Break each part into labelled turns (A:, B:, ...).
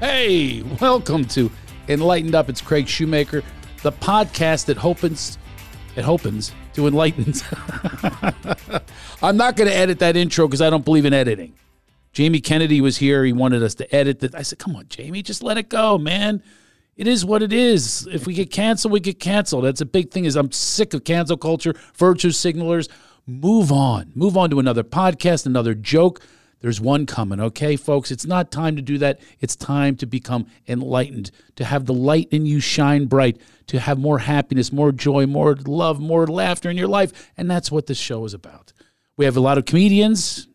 A: Hey, welcome to Enlightened Up. It's Craig Shoemaker, the podcast that hopens it hopens to enlighten. I'm not going to edit that intro because I don't believe in editing. Jamie Kennedy was here. He wanted us to edit that. I said, "Come on, Jamie, just let it go, man. It is what it is. If we get canceled, we get canceled. That's a big thing. Is I'm sick of cancel culture, virtue signalers. Move on. Move on to another podcast, another joke. There's one coming, okay, folks. It's not time to do that. It's time to become enlightened, to have the light in you shine bright, to have more happiness, more joy, more love, more laughter in your life, and that's what this show is about. We have a lot of comedians,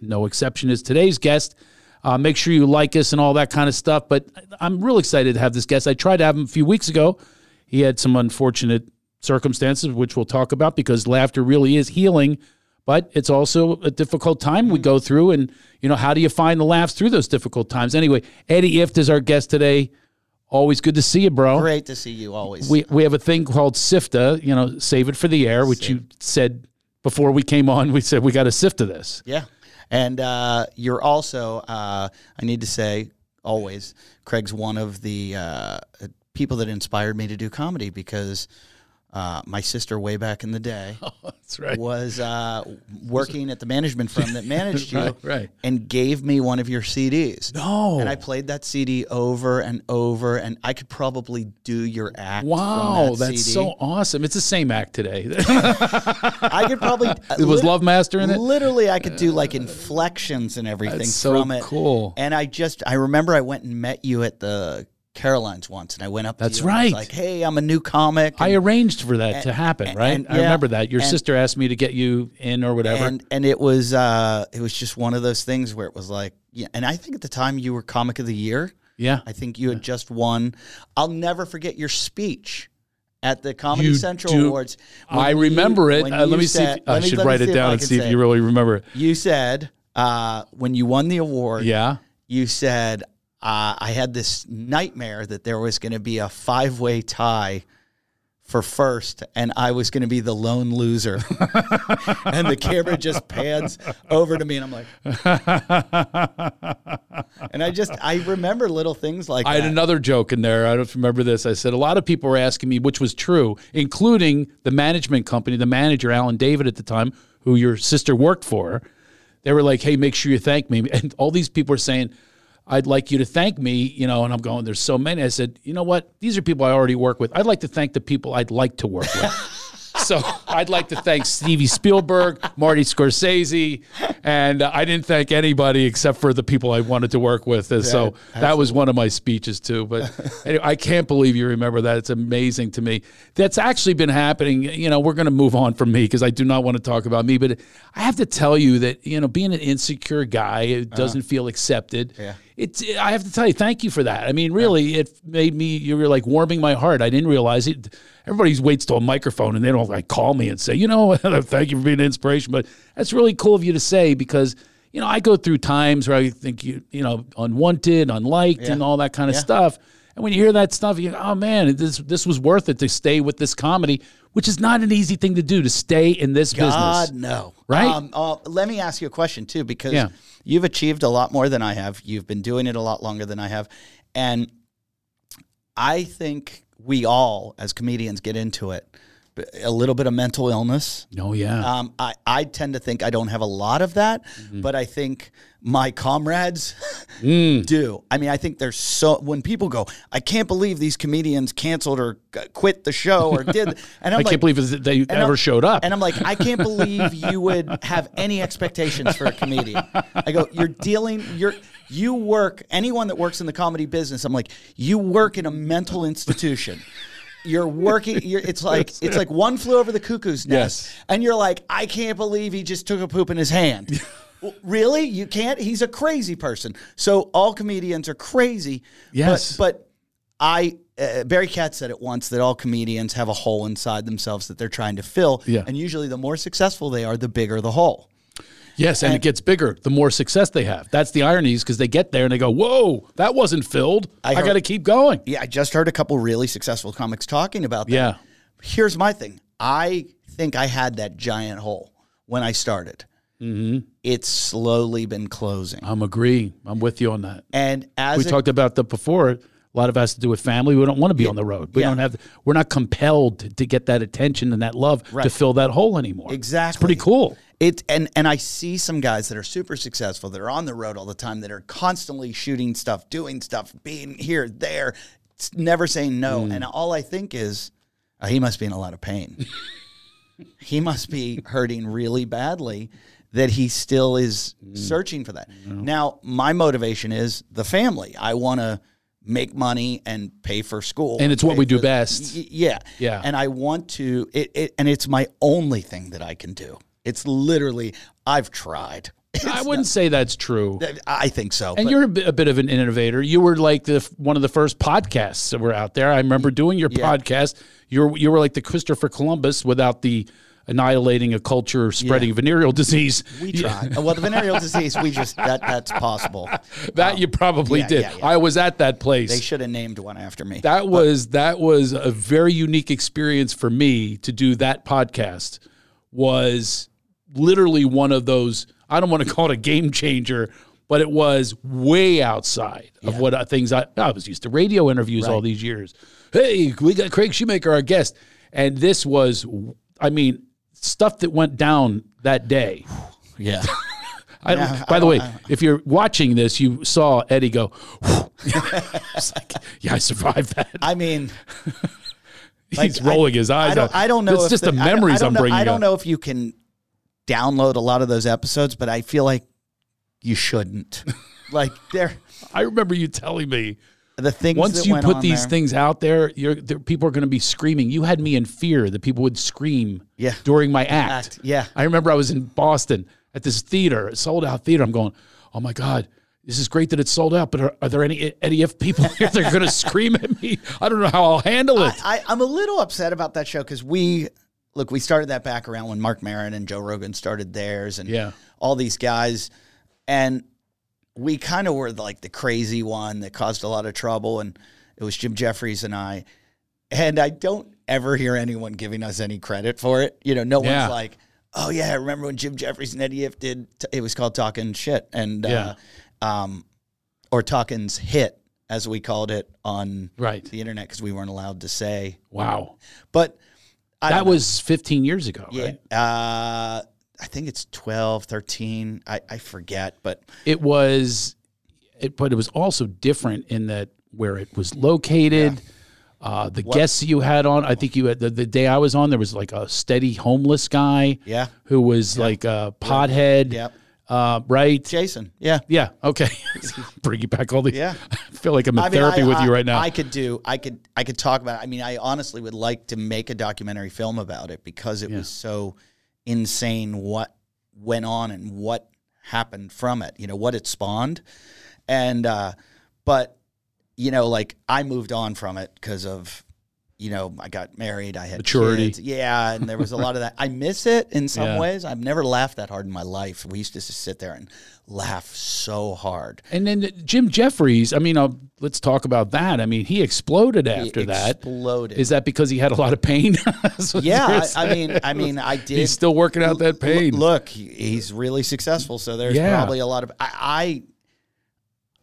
A: no exception is today's guest. Uh, make sure you like us and all that kind of stuff. But I'm real excited to have this guest. I tried to have him a few weeks ago. He had some unfortunate circumstances, which we'll talk about because laughter really is healing. But it's also a difficult time we go through. And, you know, how do you find the laughs through those difficult times? Anyway, Eddie Ift is our guest today. Always good to see you, bro.
B: Great to see you always.
A: We, we have a thing called SIFTA, you know, save it for the air, which you said before we came on. We said we got to SIFTA this.
B: yeah. And uh, you're also, uh, I need to say, always, Craig's one of the uh, people that inspired me to do comedy because uh, my sister, way back in the day,
A: That's right.
B: was uh, working at the management firm that managed you
A: Right, right.
B: and gave me one of your CDs.
A: No.
B: And I played that CD over and over, and I could probably do your act.
A: Wow,
B: from that
A: that's
B: CD.
A: so awesome. It's the same act today.
B: I could probably. uh,
A: it was Love Master in it?
B: Literally, I could do like inflections and everything
A: That's so
B: from it.
A: cool.
B: And I just, I remember I went and met you at the Carolines once, and I went up.
A: That's
B: to you and I was
A: right.
B: like, hey, I'm a new comic.
A: I arranged for that to happen,
B: and-
A: right?
B: and-
A: I
B: yeah,
A: remember that. Your
B: and-
A: sister asked me to get you in or whatever.
B: and and it was uh it was just one of those things where it was like yeah and I think at the time you were comic of the year
A: yeah.
B: I think you had just won I'll never forget your speech at the Comedy
A: You
B: Central
A: do-
B: Awards when
A: I
B: you-
A: remember it.
B: when
A: Uh,
B: you
A: let me
B: said-
A: see. If, I
B: let me-
A: should
B: let me
A: write it
B: if
A: down
B: I
A: and
B: can
A: see
B: say
A: if
B: it.
A: you really remember it.
B: you said uh when you won the award
A: Yeah.
B: you said uh, I had this nightmare that there was going to be a five way tie for first, and I was going to be the lone loser. and the camera just pans over to me, and I'm like, and I just I remember little things like
A: I had
B: that.
A: another joke in there. I don't remember this. I said a lot of people were asking me, which was true, including the management company, the manager Alan David at the time, who your sister worked for. They were like, "Hey, make sure you thank me." And all these people are saying, "I'd like you to thank me," you know. And I'm going, "There's so many." I said, "You know what? These are people I already work with. I'd like to thank the people I'd like to work with." So I'd like to thank Stevie Spielberg, Marty Scorsese, and uh, I didn't thank anybody except for the people I wanted to work with. And so that was one of my speeches too. But anyway, I can't believe you remember that. It's amazing to me. That's actually been happening. You know, we're going to move on from me because I do not want to talk about me. But I have to tell you that you know, being an insecure guy who doesn't feel accepted.
B: Yeah.
A: It's. I have to tell you, thank you for that. I mean, really, it made me. You were like warming my heart. I didn't realize it. Everybody waits till a microphone and they don't like call me and say, you know, thank you for being an inspiration. But that's really cool of you to say because you know I go through times where I think you, you know, unwanted, unliked, and all that kind of stuff. And when you hear that stuff, you go, oh man, this this was worth it to stay with this comedy, which is not an easy thing to do to stay in this
B: God
A: business.
B: no,
A: Right?
B: Um, uh, let me ask you a question too, because
A: Yeah.
B: you've achieved a lot more than I have. You've been doing it a lot longer than I have, and I think we all, as comedians, get into it b- a little bit of mental illness.
A: Oh yeah.
B: Um, I, I tend to think I don't have a lot of that,
A: Mm-hmm.
B: but I think my comrades
A: Mm.
B: do. I mean, I think there's so when people go, I can't believe these comedians canceled or g- quit the show or did, and I'm
A: I
B: like,
A: can't believe that they
B: and
A: ever
B: I'm-
A: showed up.
B: And I'm like, I can't believe you would have any expectations for a comedian. I go, you're dealing, you're, you work, anyone that works in the comedy business, I'm like, you work in a mental institution. You're working. You're, it's like it's like one flew over the cuckoo's nest,
A: Yes.
B: and you're like, I can't believe he just took a poop in his hand. Well, really, you can't. He's a crazy person. So all comedians are crazy. but-
A: Yes.
B: but I uh, Barry Katz said it once that all comedians have a hole inside themselves that they're trying to fill,
A: Yeah.
B: and usually the more successful they are, the bigger the hole.
A: Yes, and, it gets bigger the more success they have. That's the irony is because they get there and they go, "Whoa, that wasn't filled. I,
B: heard-
A: got to keep going."
B: Yeah, I just heard a couple really successful comics talking about that.
A: Yeah.
B: Here's my thing. I think I had that giant hole when I started.
A: Mm-hmm.
B: it's slowly been closing.
A: I'm agreeing. I'm with you on that.
B: And as
A: We
B: it-
A: talked about that before. A lot of it has to do with family. We don't want to be on the road. We
B: Yeah.
A: don't have. We're not compelled to, to get that attention and that love to fill that hole anymore. It's
B: Exactly.
A: pretty cool.
B: It and and I see some guys that are super successful that are on the road all the time that are constantly shooting stuff, doing stuff, being here, there, s- never saying no.
A: Hmm.
B: And all I think is, "Oh, he must be in a lot of pain. he must be hurting really badly that he still is
A: Hmm.
B: searching for that. Now, my motivation is the family. I want to make money and pay for school.
A: And it's what
B: pay
A: we do
B: for-
A: best.
B: Y- yeah.
A: Yeah.
B: And I want to it, it and it's my only thing that I can do. It's literally I've tried.
A: I wouldn't say that's true.
B: I think so.
A: and
B: but-
A: you're a bit, a bit of an innovator. You were like the f- one of the first podcasts that were out there. I remember
B: Mm-hmm.
A: doing your podcast. You were you were like the Christopher Columbus without the annihilating a culture, spreading venereal disease.
B: we tried. Well, the venereal disease, we just that that's possible.
A: That you probably
B: Oh. yeah,
A: did.
B: yeah, yeah.
A: I was at that place.
B: They should have named one after me.
A: that was that was a very unique experience for me to do that podcast was literally one of those i don't want to call it a game changer but it was way outside of what I, things I, I was used to radio interviews all these years hey we got craig shoemaker our guest and this was i mean stuff that went down that day
B: yeah.
A: I, don't by the way, if you're watching this, you saw Eddie go. It's like, yeah, I survived that.
B: I mean,
A: He's rolling his eyes
B: I don't,
A: out.
B: I don't know.
A: It's
B: if
A: just the,
B: I don't- I
A: memories
B: don't
A: I'm
B: know-
A: bringing
B: I don't
A: up.
B: know if you can download a lot of those episodes, but I feel like you shouldn't. like they're
A: I remember you telling me
B: the things
A: once
B: that
A: you
B: went
A: put
B: on
A: these
B: there-
A: things out there, you're, there, people are going to be screaming. You had me in fear that people would scream
B: Yeah.
A: during my act.
B: Act, yeah.
A: I remember I was in Boston at this theater, a sold out theater. I'm going, oh my God. This is great that it's sold out, but are, are there any Eddie F people here that are going to scream at me? I don't know how I'll handle it.
B: I, I'm a little upset about that show because we look, we started that back around when Mark Maron and Joe Rogan started theirs and
A: Yeah.
B: all these guys. And we kind of were like the crazy one that caused a lot of trouble. And it was Jim Jeffries and I. And I don't ever hear anyone giving us any credit for it. You know, no
A: Yeah.
B: one's like, oh, yeah, I remember when Jim Jeffries and Eddie F did, t- it was called Talking Shit. And,
A: Yeah.
B: uh, um, or Talking's Hit, as we called it on
A: right.
B: the internet because we weren't allowed to say.
A: Wow.
B: But I
A: That
B: don't know.
A: was 15 years ago,
B: yeah.
A: right?
B: Uh, I think it's 12, 13. I, I forget, but
A: it was it, but it was also different in that where it was located uh, the guests you had on i think you had the, the day i was on there was like a steady homeless guy
B: Yeah.
A: who was like a pothead
B: Yep.
A: uh, right
B: Jason, yeah.
A: yeah okay bring you back all the
B: Yeah.
A: i feel like i'm in
B: I mean,
A: therapy
B: I-
A: with
B: I-
A: you right now
B: I could do, I could, I could talk about. I mean, I honestly would like to make a documentary film about it because it was so insane what went on and what happened from it. You know what it spawned, and uh, but you know, like I moved on from it because of you know I got married, I had
A: Maturity.
B: kids. yeah, and there was a lot of that. I miss it in some
A: Yeah.
B: ways. I've never laughed that hard in my life. We used to just sit there and laugh so hard.
A: and then Jim Jeffries, I mean, uh, let's talk about that. I mean, he exploded after that.
B: exploded.
A: Is that because he had a lot of pain? That's what you're
B: Yeah, I, I
A: saying.
B: mean, I mean, I did.
A: he's still working out that pain.
B: L- look, he- he's really successful, so there's
A: Yeah.
B: probably a lot of I.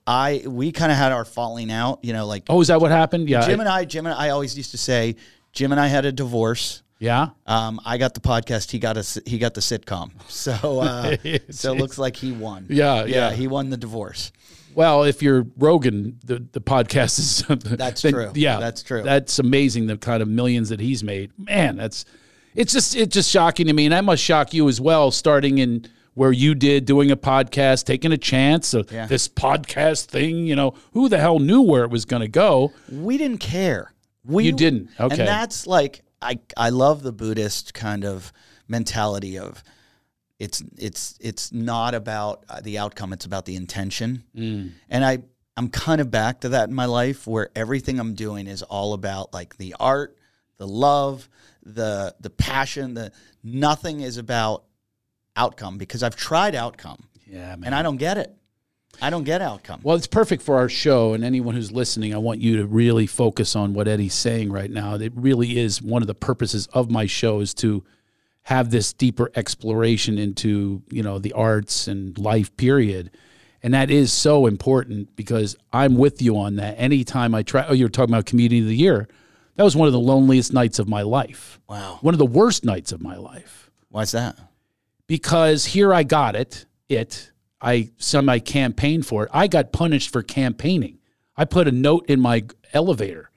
B: I, I we kind of had our falling out, you know, like
A: oh, is that what happened? Yeah.
B: Jim and I. Jim and I always used to say, Jim and I had a divorce.
A: yeah.
B: Um, I got the podcast. He got a s- he got the sitcom. So uh, so it looks like he won.
A: Yeah, yeah.
B: He won the divorce.
A: Well, if you're Rogan, the, the podcast is something.
B: That's true.
A: Yeah,
B: That's true.
A: That's amazing. The kind of millions that he's made, man. That's it's just it's just shocking to me, and that must shock you as well. Starting in where you did doing a podcast, taking a chance of
B: Yeah.
A: this podcast thing. You know, who the hell knew where it was going to go?
B: we didn't care. We
A: You didn't. Okay.
B: And that's like I I love the Buddhist kind of mentality of it's it's it's not about uh, the outcome, it's about the intention.
A: Mm.
B: And I I'm kind of back to that in my life where everything I'm doing is all about like the art, the love, the the passion, the nothing is about outcome because I've tried outcome
A: Yeah, man.
B: and I don't get it. I don't get outcome.
A: Well, it's perfect for our show, and anyone who's listening, I want you to really focus on what Eddie's saying right now. It really is one of the purposes of my show is to have this deeper exploration into you know the arts and life period and that is so important because i'm with you on that anytime i try oh you were talking about comedian of the year that was one of the loneliest nights of my life
B: Wow.
A: one of the worst nights of my life
B: Why's that?
A: because here I got it. It I some I campaigned for it. I got punished for campaigning. I put a note in my elevator,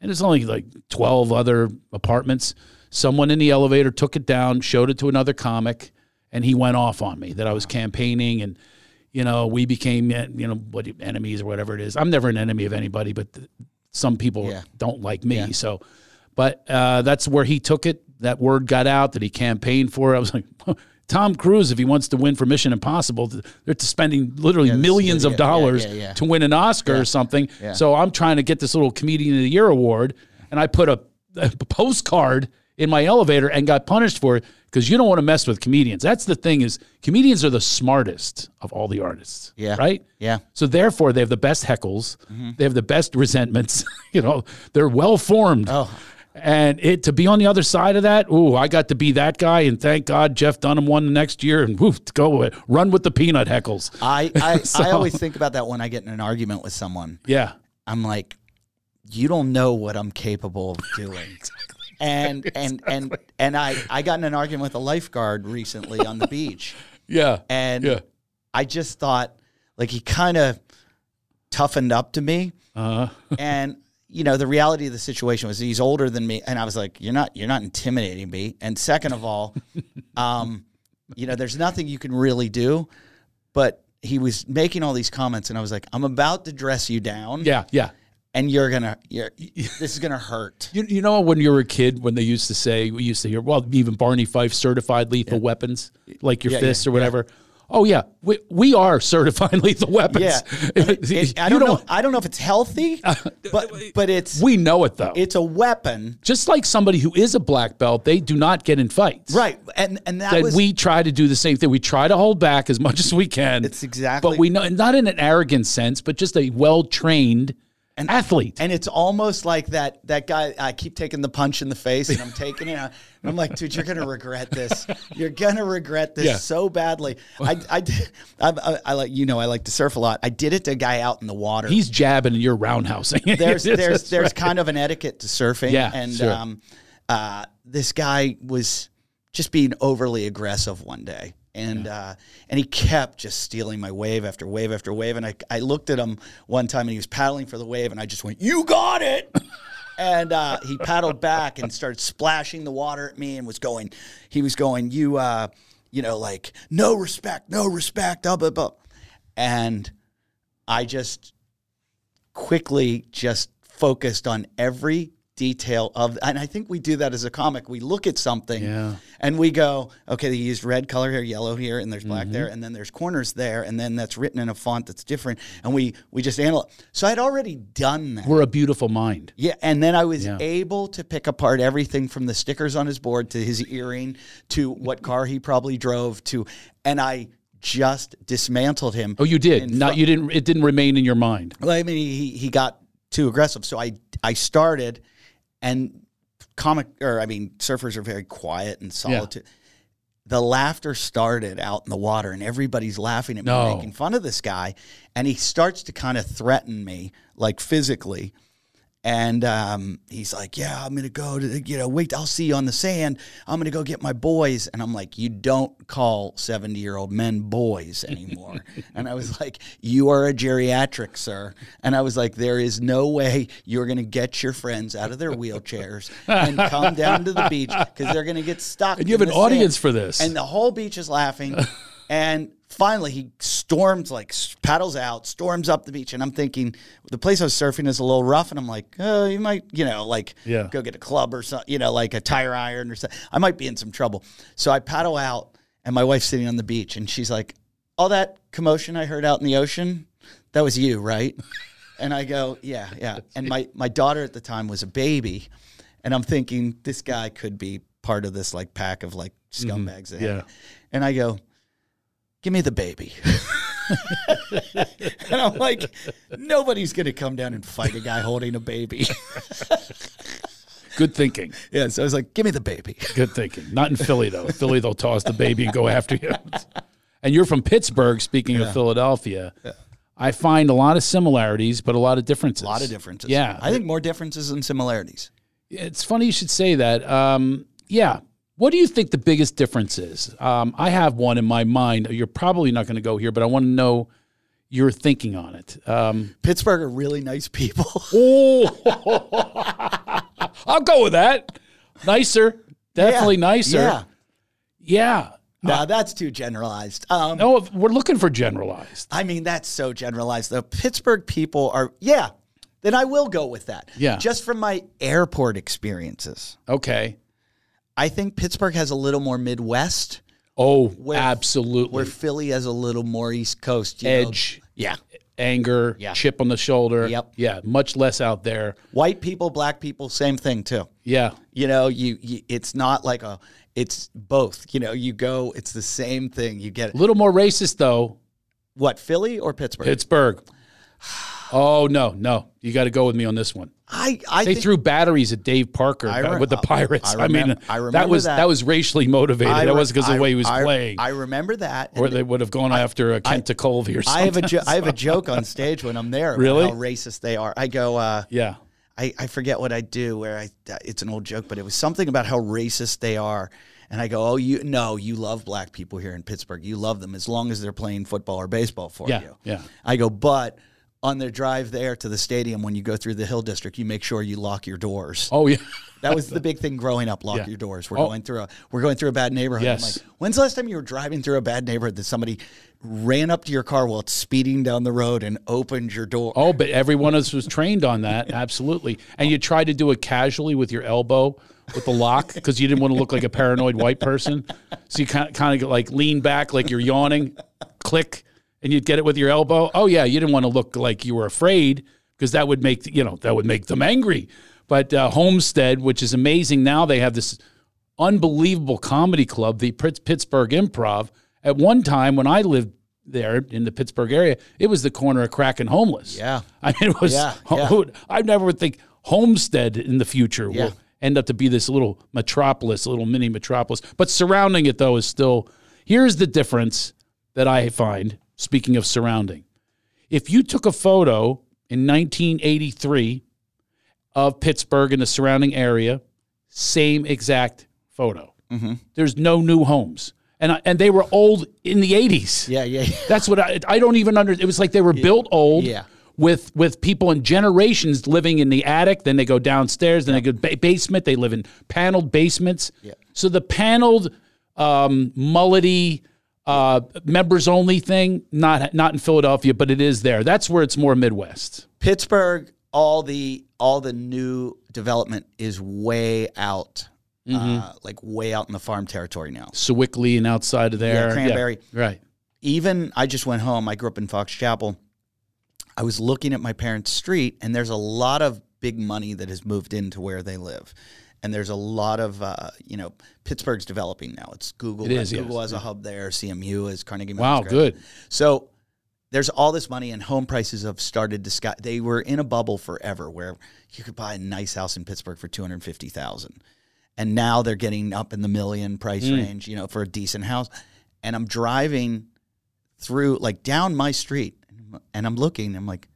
A: and it's only like twelve other apartments. Someone in the elevator took it down, showed it to another comic, and he went off on me that I was campaigning and. You know, we became eh, you know what enemies or whatever it is. I'm never an enemy of anybody, but th- some people
B: Yeah.
A: don't like me. So, but uh, that's where he took it. That word got out that he campaigned for. it. I was like, Tom Cruise, if he wants to win for Mission Impossible, th- they're spending literally
B: this-
A: millions
B: yeah,
A: of dollars
B: yeah, yeah.
A: to win an Oscar or something. So I'm trying to get this little Comedian of the Year award, and I put a, a postcard in my elevator and got punished for it because you don't want to mess with comedians. That's the thing is comedians are the smartest of all the artists.
B: Yeah.
A: Right.
B: Yeah. Mm-hmm.
A: So therefore, they have the best heckles. They have the best resentments. you know, they're well formed.
B: Oh.
A: And it to be on the other side of that, ooh, I got to be that guy, and thank God Jeff Dunham won the next year, and woof, go away, run with the peanut heckles.
B: I I,
A: So-
B: I always think about that when I get in an argument with someone.
A: Yeah,
B: I'm like, you don't know what I'm capable of doing. And and and and I I got in an argument with a lifeguard recently on the beach,
A: yeah,
B: and
A: yeah.
B: I just thought like he kind of toughened up to me,
A: Uh,
B: and you know the reality of the situation was he's older than me, and I was like, you're not you're not intimidating me, and second of all, um, you know there's nothing you can really do, but he was making all these comments, and I was like, I'm about to dress you down,
A: yeah, yeah.
B: and you're gonna you're this is gonna hurt.
A: You, you know when you were a kid when they used to say we used to hear well even Barney Fife certified lethal weapons like your
B: Yeah,
A: fists
B: yeah,
A: or whatever. Oh yeah, we, we are certified lethal weapons.
B: Yeah, And it- it- I
A: You
B: don't, know. I don't know if it's healthy, but but it's
A: We know it though.
B: it's a weapon,
A: Just like somebody who is a black belt, they do not get in fights.
B: right? And and that
A: That
B: was
A: we try to do the same thing. We try to hold back as much as we can.
B: It's exactly-
A: But we know not in an arrogant sense, but just a well trained athlete.
B: and it's almost like that that guy. I keep taking the punch in the face, and I'm taking it. And I'm like, dude, you're gonna regret this. You're gonna regret this
A: Yeah.
B: so badly. I I, did- I, I I like you know I like to surf a lot. I did it to a guy out in the water.
A: He's jabbing and you're roundhousing.
B: there's
A: Yes,
B: there's
A: that's
B: there's
A: right.
B: kind of an etiquette to surfing.
A: Yeah,
B: and
A: sure.
B: um, uh, this guy was just being overly aggressive one day, and uh, and he kept just stealing my wave after wave after wave. And I I looked at him one time, and he was paddling for the wave, and I just went, "You got it." And uh, he paddled back and started splashing the water at me, and was going, he was going, you, uh, you know, like no respect, no respect, blah blah blah, and I just quickly just focused on every detail of and I think we do that as a comic. We look at something
A: Yeah.
B: and we go, okay, they used red color here, yellow here, and there's
A: Mm-hmm.
B: black there, and then there's corners there, and then that's written in a font that's different. And we we just analyze. So I'd already done that.
A: We're a beautiful mind.
B: Yeah, and then I was
A: Yeah.
B: able to pick apart everything from the stickers on his board to his earring to what car he probably drove to, and I just dismantled him.
A: Oh, you did. Not you didn't it didn't remain in your mind.
B: Well, I mean, he he got too aggressive, so I I started, and comic or I mean, surfers are very quiet and solitary. The laughter started out in the water, and everybody's laughing at me,
A: No.
B: making fun of this guy, and he starts to kind of threaten me, like physically. And um, he's like, "Yeah, I'm gonna go to the, you know wait. I'll see you on the sand. I'm gonna go get my boys." And I'm like, "You don't call seventy year old men boys anymore." and I was like, "You are a geriatric, sir." And I was like, "There is no way you're gonna get your friends out of their wheelchairs and come down to the beach because they're gonna get stuck."
A: And you have
B: in
A: an
B: the sand."
A: audience for this.
B: And the whole beach is laughing. and finally, he storms, like s- paddles out, storms up the beach. And I'm thinking, the place I was surfing is a little rough. And I'm like, oh, you might, you know, like
A: Yeah.
B: go get a club or something, you know, like a tire iron or something. I might be in some trouble. So I paddle out, and my wife's sitting on the beach, and she's like, all that commotion I heard out in the ocean, that was you, right? And I go, yeah, yeah. And my, my daughter at the time was a baby. And I'm thinking, this guy could be part of this like pack of like scumbags. that have
A: yeah.
B: it. And I go, give me the baby. and I'm like, nobody's going to come down and fight a guy holding a baby.
A: Good thinking.
B: Yeah, so I was like, give me the baby.
A: Good thinking. Not in Philly though. Philly they'll toss the baby and go after you. And you're from Pittsburgh. Speaking of Philadelphia, I find a lot of similarities, but a lot of differences.
B: A lot of differences.
A: Yeah,
B: I think more differences than similarities.
A: It's funny you should say that. Um, yeah. What do you think the biggest difference is? Um, I have one in my mind. You're probably not going to go here, but I want to know your thinking on it. Um,
B: Pittsburgh are really nice people.
A: I'll go with that. Nicer. Definitely nicer.
B: Yeah.
A: Yeah.
B: No, that's too generalized. Um,
A: No, we're looking for generalized.
B: I mean, that's so generalized. The Pittsburgh people are, yeah, then I will go with that.
A: Yeah.
B: Just from my airport experiences,
A: Okay.
B: I think Pittsburgh has a little more Midwest,
A: Oh,
B: Where- where
A: absolutely.
B: Philly has a little more East Coast. you know.
A: Edge,
B: Yeah.
A: anger,
B: Yeah.
A: chip on the shoulder.
B: Yep.
A: Yeah. Much less out there.
B: White people, black people, same thing too.
A: Yeah.
B: You know, you, you it's not like a, it's both. You know, you go, it's the same thing. You get
A: A little more racist, though.
B: what, Philly or Pittsburgh?
A: Pittsburgh. Oh no, no! You got to go with me on this one.
B: I, I
A: They
B: think,
A: threw batteries at Dave Parker
B: I re-
A: with the Pirates.
B: I
A: I, mean,
B: remem- I
A: that
B: remember
A: was
B: that.
A: that. was racially motivated.
B: I
A: that
B: re-
A: wasn't because of the
B: I-
A: way he was
B: I-
A: playing,
B: I remember that.
A: or they would have gone after uh, Kent Tekulve or something.
B: I have a jo- I have a joke on stage when I'm there. about
A: Really?
B: How racist they are. I go. Uh,
A: yeah,
B: I I forget what I do. Where I it's an old joke, but it was something about how racist they are. And I go, oh, you no, you love black people here in Pittsburgh. You love them as long as they're playing football or baseball for
A: Yeah,
B: you.
A: yeah.
B: I go, but on their drive there to the stadium, when you go through the Hill District, you make sure you lock your doors.
A: oh yeah,
B: That was the big thing growing up. Lock
A: Yeah.
B: your doors. We're
A: Oh.
B: going through a we're going through a bad neighborhood.
A: Yes.
B: I'm like, when's the last time you were driving through a bad neighborhood that somebody ran up to your car while it's speeding down the road and opened your door?
A: oh. But everyone else was trained on that absolutely. And you tried to do it casually with your elbow with the lock because you didn't want to look like a paranoid white person. So you kind of kind of like lean back like you're yawning, click, and you'd get it with your elbow. Oh yeah, you didn't want to look like you were afraid because that would make you know that would make them angry. But uh, Homestead, which is amazing now, they have this unbelievable comedy club, the Pitts- Pittsburgh Improv. At one time when I lived there in the Pittsburgh area, it was the corner of crack and homeless.
B: Yeah.
A: I mean it was.
B: Yeah, yeah.
A: who would- I never would think Homestead in the future
B: Yeah.
A: will end up to be this little metropolis, a little mini metropolis. But surrounding it though is still. Here's the difference that I find. Speaking of surrounding, if you took a photo in 1983 of Pittsburgh and the surrounding area, same exact photo.
B: Mm-hmm.
A: There's no new homes, and I, and they were old in the 80s.
B: Yeah, yeah, yeah.
A: That's what I, I don't even under. It was like they were built old.
B: Yeah.
A: With with people in generations living in the attic, then they go downstairs, then they go ba- basement. They live in paneled basements.
B: Yeah.
A: So the paneled, um, mullety, uh, members only thing not not in Philadelphia, but it is there. That's where it's more Midwest.
B: Pittsburgh, all the all the new development is way out, uh,
A: Mm-hmm.
B: like way out in the farm territory now.
A: Sewickley and outside of there,
B: Cranberry.
A: right?
B: even I just went home. I grew up in Fox Chapel. I was looking at my parents' street, and there's a lot of big money that has moved into where they live. And there's a lot of, uh, you know, Pittsburgh's developing now. It's Google.
A: It is, yes.
B: Google has a hub there. CMU is Carnegie.
A: Wow,
B: Mellon's great.
A: good.
B: So there's all this money, and home prices have started to sky. They were in a bubble forever, where you could buy a nice house in Pittsburgh for two hundred fifty thousand, and now they're getting up in the million price
A: Hmm.
B: range, you know, for a decent house. And I'm driving through, like down my street, and I'm looking. I'm like,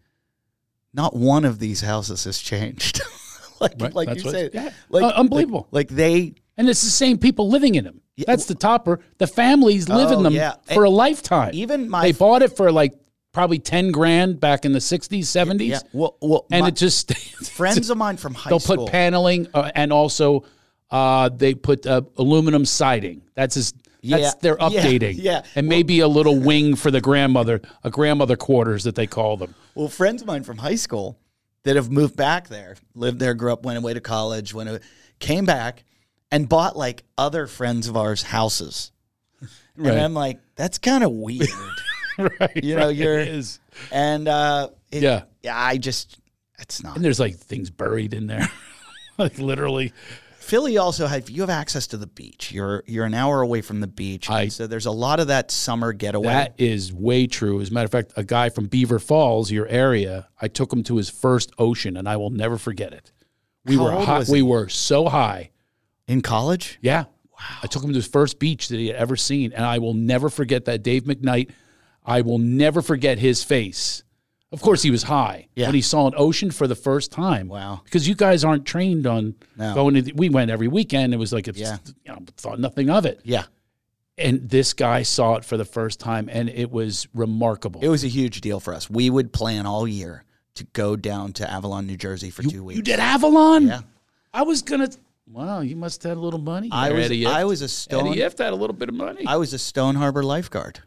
B: not one of these houses has changed. like,
A: Right,
B: like
A: that's
B: you
A: what-
B: say,
A: yeah.
B: like
A: Uh, unbelievable.
B: Like, like they
A: And it's the same people living in them.
B: Yeah,
A: That's the topper. The families live
B: Oh,
A: in them
B: yeah.
A: for a lifetime.
B: even my
A: they bought it for like probably 10 grand back in the 60s 70s
B: yeah, well, well,
A: and
B: my
A: it just stays
B: friends of mine from high
A: they'll
B: school.
A: put paneling uh, and also uh, they put uh, aluminum siding that's as
B: Yeah,
A: that's their
B: yeah,
A: updating
B: yeah.
A: and maybe a little wing for the grandmother a grandmother quarters that they call them
B: Well, friends of mine from high school that have moved back there, lived there, grew up, went away to college, went away, came back and bought like other friends of ours houses.
A: Right.
B: And I'm like, that's kind of weird.
A: right
B: You know, you're-
A: it is.
B: and uh, it-
A: Yeah.
B: yeah, I just it's not.
A: and there's like things buried in there like literally
B: Philly also have you have access to the beach. You're you're an hour away from the beach,
A: I-
B: so there's a lot of that summer getaway.
A: That is way true. As a matter of fact, a guy from Beaver Falls, your area, I took him to his first ocean, and I will never forget it. We
B: How
A: were
B: old
A: high,
B: was
A: we
B: he?
A: were so high.
B: in college.
A: Yeah. I took him to his first beach that he had ever seen. And I will never forget that Dave McKnight. I will never forget his face. Of course, he was high
B: Yeah.
A: when he saw an ocean for the first time.
B: Wow.
A: Because you guys aren't trained on
B: No.
A: going to, the, we went every weekend. It was like, it's,
B: Yeah.
A: you know, thought nothing of it.
B: Yeah,
A: And this guy saw it for the first time and it was remarkable.
B: it was a huge deal for us. We would plan all year to go down to Avalon, New Jersey for two weeks.
A: you did Avalon?
B: Yeah.
A: I was going to, wow, you must have had a little money.
B: I
A: there,
B: was
A: Eddie.
B: I was a
A: Eddie
B: Stone
A: F had a little bit of money. I,
B: I was a Stone Harbor lifeguard.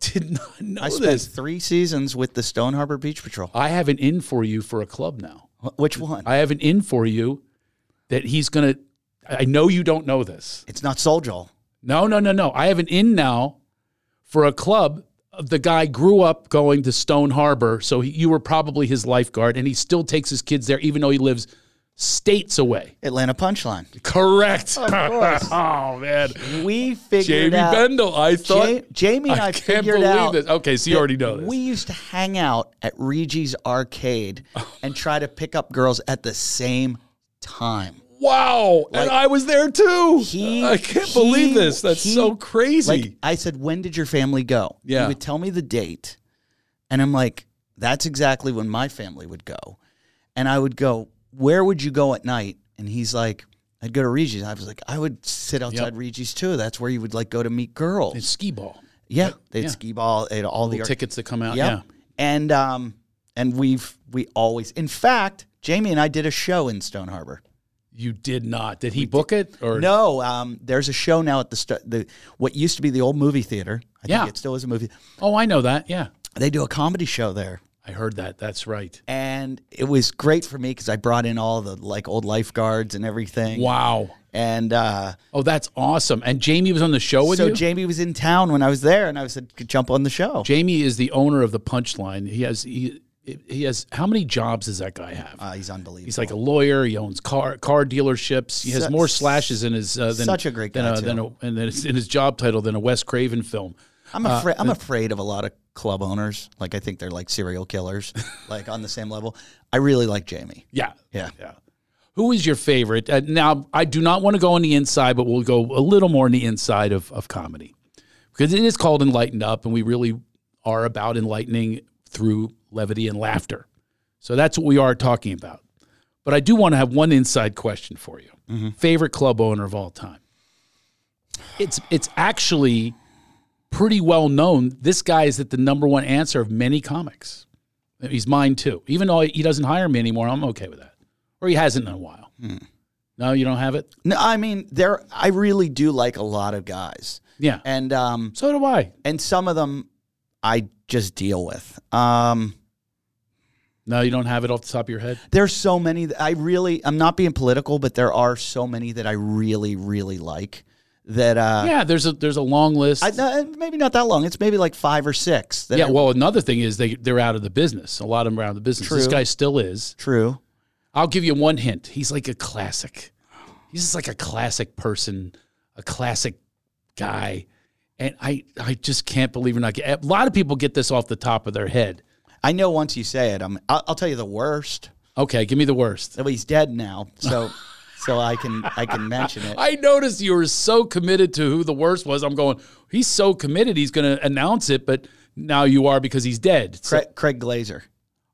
A: did not know
B: I spent
A: this.
B: three seasons with the Stone Harbor Beach Patrol.
A: I have an in for you for a club now.
B: Wh- Which one?
A: I have an in for you that he's going to. I know you don't know this.
B: it's not Soul Joel.
A: No, no, no, no. I have an in now for a club. The guy grew up going to Stone Harbor, so he, you were probably his lifeguard, and he still takes his kids there, even though he lives states away.
B: Atlanta Punchline.
A: Correct.
B: course.
A: oh man,
B: We figured
A: Jamie
B: out.
A: Bendel. I thought
B: Ja- Jamie and I,
A: I can't
B: figured
A: believe
B: out.
A: this. Okay, so you already know this.
B: We used to hang out at Reggie's Arcade and try to pick up girls at the same time.
A: wow, and I was there too.
B: He-
A: I can't
B: he-
A: believe this. That's
B: he-
A: so crazy.
B: Like I said, when did your family go?
A: Yeah.
B: He would tell me the date. And I'm like, that's exactly when my family would go. And I would go, where would you go at night? And he's like, I'd go to Reggie's. I was like, I would sit
A: Yep.
B: outside Reggie's too. That's where you would like go to meet girls.
A: it's skee ball.
B: yeah. They'd
A: yeah.
B: ski ball. They'd all the
A: Little tickets that come out.
B: Yeah. And um and we've we always in fact, Jamie and I did a show in Stone Harbor.
A: You did not. Did he book it or
B: No, um, there's a show now at the, st- the what used to be the old movie theater. I
A: Yeah.
B: think it still is a movie.
A: Oh, I know that. Yeah.
B: They do a comedy show there,
A: I heard that. That's right.
B: and it was great for me because I brought in all the like old lifeguards and everything.
A: Wow.
B: And uh,
A: Oh, that's awesome. And Jamie was on the show with
B: so
A: you?
B: Jamie was in town when I was there, and I said, "Could jump on the show."
A: Jamie is the owner of the punchline. He has he, he has how many jobs does that guy have?
B: Uh, he's unbelievable.
A: He's like a lawyer. He owns car car dealerships. He has
B: Su-
A: more slashes in his uh, than
B: such a great
A: than
B: guy,
A: a,
B: too.
A: than a, and then it's in his job title than a Wes Craven film.
B: I'm
A: uh,
B: afraid. I'm afraid of a lot of club owners. Like I think they're like serial killers, like on the same level. I really like Jamie.
A: Yeah,
B: Yeah.
A: yeah. Who is your favorite? Uh, now, I do not want to go on the inside, but we'll go a little more on the inside of, of comedy because it is called Enlightened Up, and we really are about enlightening through levity and laughter. So that's what we are talking about. But I do want to have one inside question for you. Favorite club owner of all time? It's it's actually pretty well known. This guy is at the number one answer of many comics. He's mine too. Even though he doesn't hire me anymore, I'm okay with that. Or he hasn't in a while.
B: Hmm.
A: No, you don't have it?
B: No, I mean there. I really do like a lot of guys,
A: Yeah.
B: and um,
A: So do I.
B: and some of them I just deal with. Um,
A: No, you don't have it off the top of your head?
B: there's so many that I really. I'm not being political, but there are so many that I really, really like. That uh,
A: yeah, there's a there's a long list.
B: I, no, maybe not that long. It's maybe like five or six. That
A: yeah,
B: are
A: well, another thing is they they're out of the business. A lot of them are out of the business. This
B: True.
A: guy still is.
B: true.
A: I'll give you one hint. He's like a classic. He's just like a classic person, a classic guy. And I, I just can't believe we're not get- A lot of people get this off the top of their head.
B: I know once you say it, I'm. I'll, I'll tell you the worst.
A: Okay, give me the worst.
B: Well, he's dead now, so so I can I can mention it.
A: I noticed you were so committed to who the worst was. I'm going, he's so committed, he's going to announce it, but now you are because he's dead. So-
B: Craig, Craig Glazer.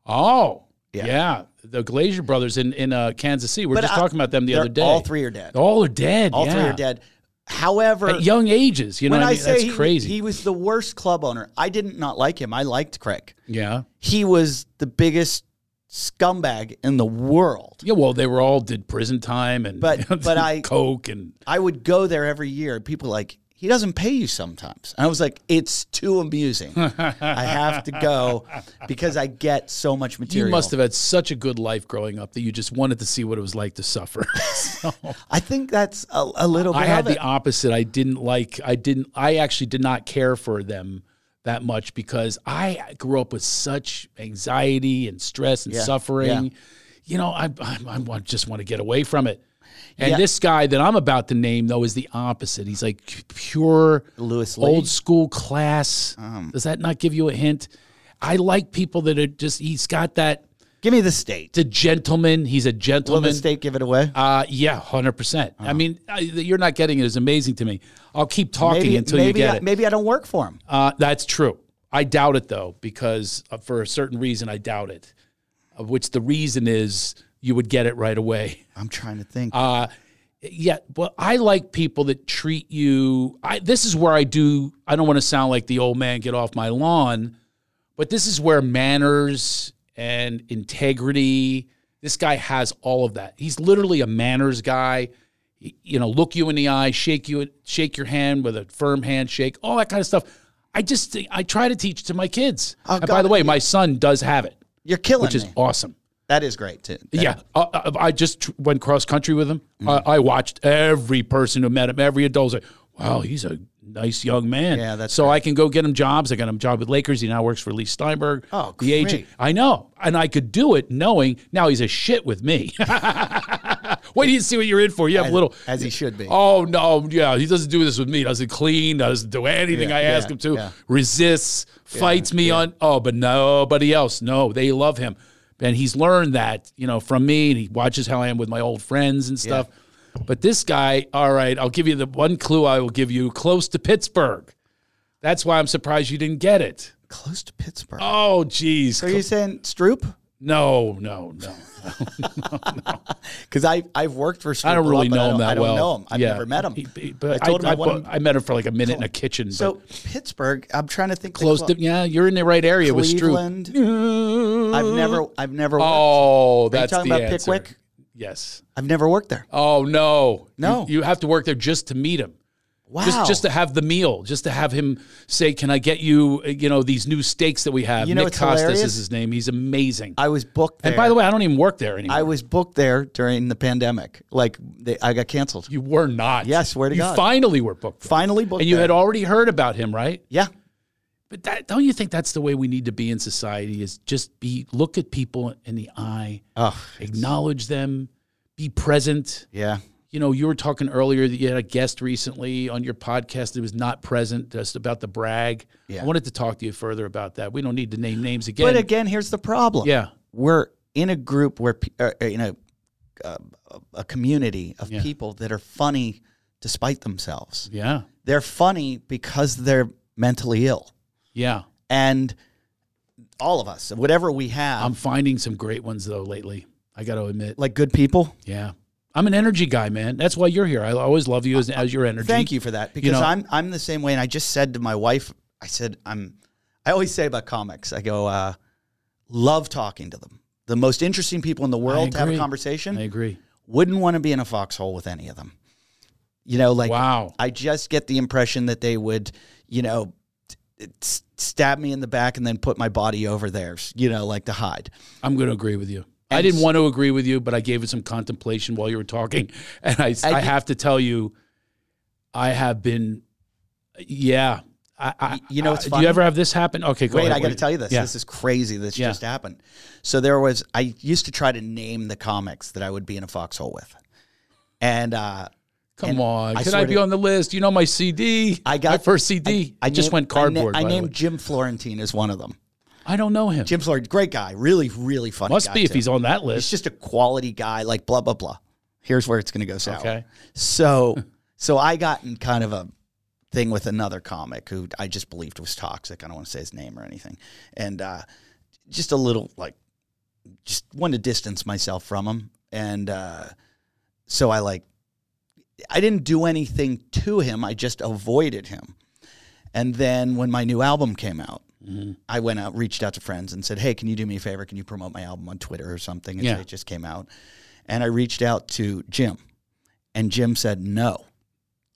A: oh, yeah.
B: Yeah.
A: The Glazier brothers in, in uh, Kansas City. We We're
B: But
A: just
B: I-
A: talking about them the
B: They're-
A: other day.
B: All three are dead.
A: All are dead.
B: All three
A: yeah.
B: are dead. However,
A: At young ages, you know
B: when
A: what I
B: I
A: mean?
B: say
A: That's
B: he,
A: crazy.
B: he was the worst club owner, I didn't not like him. I liked Craig.
A: yeah.
B: He was the biggest scumbag in the world.
A: Yeah, well, they were all did prison time and
B: But- but I-
A: coke and
B: I would go there every year. People like he doesn't pay you sometimes, and I was like, it's too amusing. I have to go because I get so much
A: you
B: material.
A: must have had such a good life growing up that you just wanted to see what it was like to suffer.
B: I think that's a, a little. Bit
A: I had
B: of it.
A: the opposite. I didn't like. I didn't. I actually did not care for them that much because I grew up with such anxiety and stress and
B: Yeah,
A: suffering.
B: yeah.
A: You know, I, I I want- just want to get away from it. And
B: Yeah.
A: this guy that I'm about to name though is the opposite. He's like pure
B: Lewis Lee. Um.
A: old school class. Does that not give you a hint? I like people that are just. He's got that.
B: Give me the state.
A: It's a gentleman. He's a
B: Will the
A: gentleman.
B: state give it away?
A: Uh, yeah, 100%. I
B: Uh-huh.
A: mean, I, you're not getting it is amazing to me. I'll keep talking
B: maybe
A: until
B: maybe
A: you get
B: I,
A: it.
B: maybe I don't work for him.
A: Uh, that's true. I doubt it though, because uh, for a certain reason, I doubt it. Of which the reason is you would get it right away.
B: I'm trying to think.
A: Uh, yeah, but I like people that treat you. I, this is where I do. I don't want to sound like the old man, get off my lawn, but this is where manners and integrity. This guy has all of that. He's literally a manners guy. Y- You know, look you in the eye, shake you, shake your hand with a firm handshake, all that kind of stuff. I just, think- I try to teach to my kids.
B: Oh,
A: and
B: God.
A: by the way, my son does have it,
B: You're killing
A: which is
B: me.
A: awesome.
B: that is great too. That-
A: Yeah, I, I- I just tr- went cross country with him.
B: Mm-hmm.
A: I, I watched every person who met him. Every adult was like, "Wow, he's a nice young man."
B: Yeah, that's
A: so. I can go get him jobs. I got him a job with Lakers. He now works for Lee Steinberg.
B: Oh,
A: the agent.
B: great.
A: I know, and I could do it knowing now he's a shit with me. Wait, do you see what you're in for? You have little
B: as he should be.
A: Oh no, yeah, he doesn't do this with me. Doesn't clean. Doesn't do anything
B: Yeah,
A: I ask
B: yeah,
A: him to.
B: yeah.
A: Resists. Fights me on. Oh, but nobody else. No, they love him, and he's learned that you know from me, and he watches how I am with my old friends and stuff. But this guy, all right, I'll give you the one clue I will give you. Close to Pittsburgh. That's why I'm surprised you didn't get it.
B: Close to Pittsburgh.
A: Oh, geez.
B: Are you saying Stroop?
A: No, no, no.
B: Because I I've worked for Stroop.
A: I don't
B: a lot,
A: really
B: but
A: know him that
B: I don't
A: well.
B: know him. I've
A: Yeah.
B: never met him.
A: He- he- but
B: I told
A: I,
B: him I wanted-
A: I met him for like a minute in a kitchen. but-
B: So Pittsburgh, I'm trying to think.
A: close to yeah, you're in the right area
B: Cleveland.
A: with Stroop.
B: I've never I've never worked.
A: Oh, that's
B: talking
A: the
B: about
A: answer.
B: Pickwick?
A: Yes.
B: I've never worked there.
A: Oh no.
B: No.
A: You, you have to work there just to meet him.
B: Wow.
A: Oh, Just just to have the meal, just to have him say, "Can I get you, uh, you know, these new steaks that we have?"
B: You know
A: Nick
B: what's
A: Costas
B: hilarious?
A: is his name. He's amazing.
B: I was booked there.
A: and by the way, I don't even work there anymore.
B: I was booked there during the pandemic. Like they, I got canceled.
A: you were not.
B: Yes, swear to
A: you
B: God.
A: finally were booked. For.
B: Finally booked.
A: And you
B: there.
A: had already heard about him, right?
B: yeah.
A: But that, don't you think that's the way we need to be in society? Is just be look at people in the eye,
B: Oh
A: acknowledge them, be present.
B: yeah.
A: You know, you were talking earlier that you had a guest recently on your podcast that was not present, just about the brag.
B: Yeah.
A: I wanted to talk to you further about that. We don't need to name names again.
B: But again, here's the problem.
A: yeah,
B: We're in a group where pe- uh, in a uh, a community of
A: Yeah.
B: people that are funny despite themselves.
A: yeah,
B: They're funny because they're mentally ill.
A: yeah.
B: Um, and all of us, whatever we have,
A: I'm finding some great ones though lately. I got to admit,
B: like good people.
A: yeah. I'm an energy guy, man. That's why you're here. I always love you as, as your energy.
B: Thank you for that because
A: know-
B: I'm I'm the same way. And I just said to my wife, I said I'm. I always say about comics, I go, uh, love talking to them. The most interesting people in the world to have a
A: agree.
B: conversation.
A: I agree.
B: Wouldn't want to be in a foxhole with any of them. You know, like
A: Wow.
B: I just get the impression that they would, you know, t- t- stab me in the back and then put my body over theirs. You know, like to hide.
A: I'm going to agree with you. I didn't want to agree with you, but I gave it some contemplation while you were talking, and I, I,
B: I did-
A: have to tell you, I have been, yeah. I, I,
B: you know
A: I-
B: what's
A: do
B: funny?
A: you ever have this happen? Okay, go
B: Wait,
A: ahead.
B: I got to tell you this.
A: Yeah.
B: This is crazy. This
A: Yeah.
B: just happened. So there was. I used to try to name the comics that I would be in a foxhole with, and uh,
A: Come on,
B: I
A: can
B: swear
A: I be
B: to-
A: on the list? You know my CD.
B: I got
A: my first CD. I, just
B: named-
A: went cardboard.
B: I,
A: I,
B: na- I
A: named.
B: named Jim Florentine as one of them.
A: I don't know him.
B: Jim Florentine, great guy, really, really funny.
A: Must
B: guy,
A: be if
B: too.
A: he's on that
B: He's
A: list.
B: just a quality guy. Like blah blah blah. Here's where it's going to go south.
A: Okay.
B: So so I got in kind of a thing with another comic who I just believed was toxic. I don't want to say his name or anything. And uh, just a little like just wanted to distance myself from him. And uh, so I like I didn't do anything to him. I just avoided him. And then when my new album came out, I went out, reached out to friends and said, Hey, can you do me a favor? Can you promote my album on Twitter or something? And
A: Yeah.
B: say it just came out. And I reached out to Jim. And Jim said no.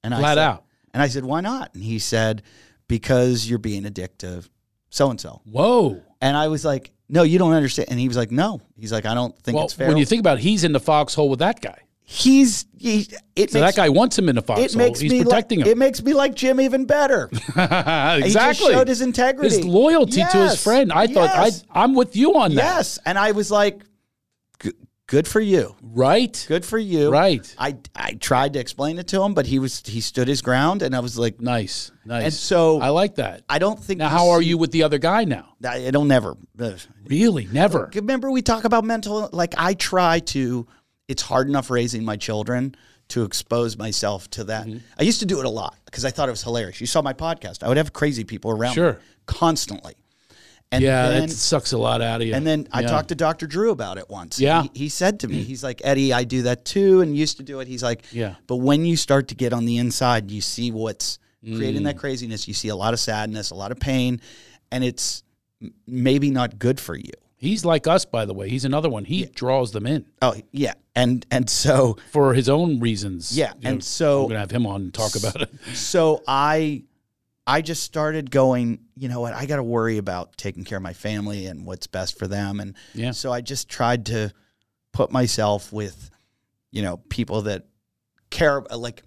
B: And I
A: Flat
B: said,
A: out.
B: And I said, Why not? And he said, Because you're being addictive, so and so.
A: Whoa.
B: And I was like, No, you don't understand. And he was like, No. He's like, I don't think
A: Well,
B: it's fair.
A: when you think about, it, he's in the foxhole with that guy.
B: he's he, it
A: So
B: makes
A: that guy wants him in the
B: it
A: foxhole.
B: makes
A: He's
B: me
A: protecting
B: like, It makes me like Jim even better.
A: him.
B: He
A: exactly.
B: just showed his integrity,
A: His loyalty to his
B: Yes.
A: friend. I thought
B: Yes.
A: I, I'm with you on that.
B: yes, and I was like, g- Good for you.
A: Right?
B: Good for you.
A: Right.
B: I I tried to explain it to him, but he was he stood his ground, and I was like,
A: Nice. Nice.
B: And so-
A: I like that.
B: I don't think.
A: now, how are you with the other guy now?
B: I, it'll never. ugh.
A: Really? Never.
B: Remember, we talk about mental. Like I try to. It's hard enough raising my children to expose myself to that.
A: Mm-hmm.
B: I used to do it a lot because I thought it was hilarious. You saw my podcast. I would have crazy people around me
A: Sure.
B: constantly. And
A: Yeah,
B: then,
A: that sucks a lot out of you.
B: And then I
A: Yeah.
B: talked to Dr. Drew about it once.
A: Yeah.
B: He, he said to me, he's like, Eddie, I do that too and used to do it. He's like,
A: Yeah.
B: But when you start to get on the inside, you see what's creating
A: Mm.
B: that craziness. You see a lot of sadness, a lot of pain, and it's m- maybe not good for you.
A: He's like us, by the way. He's another one. He draws them in
B: Oh, yeah. And and so
A: for his own reasons.
B: yeah,
A: You know,
B: and
A: we're
B: so
A: gonna have him on and talk about it.
B: so I I just started going, you know what, I gotta worry about taking care of my family and what's best for them. And
A: Yeah.
B: so I just tried to put myself with, you know, people that care like,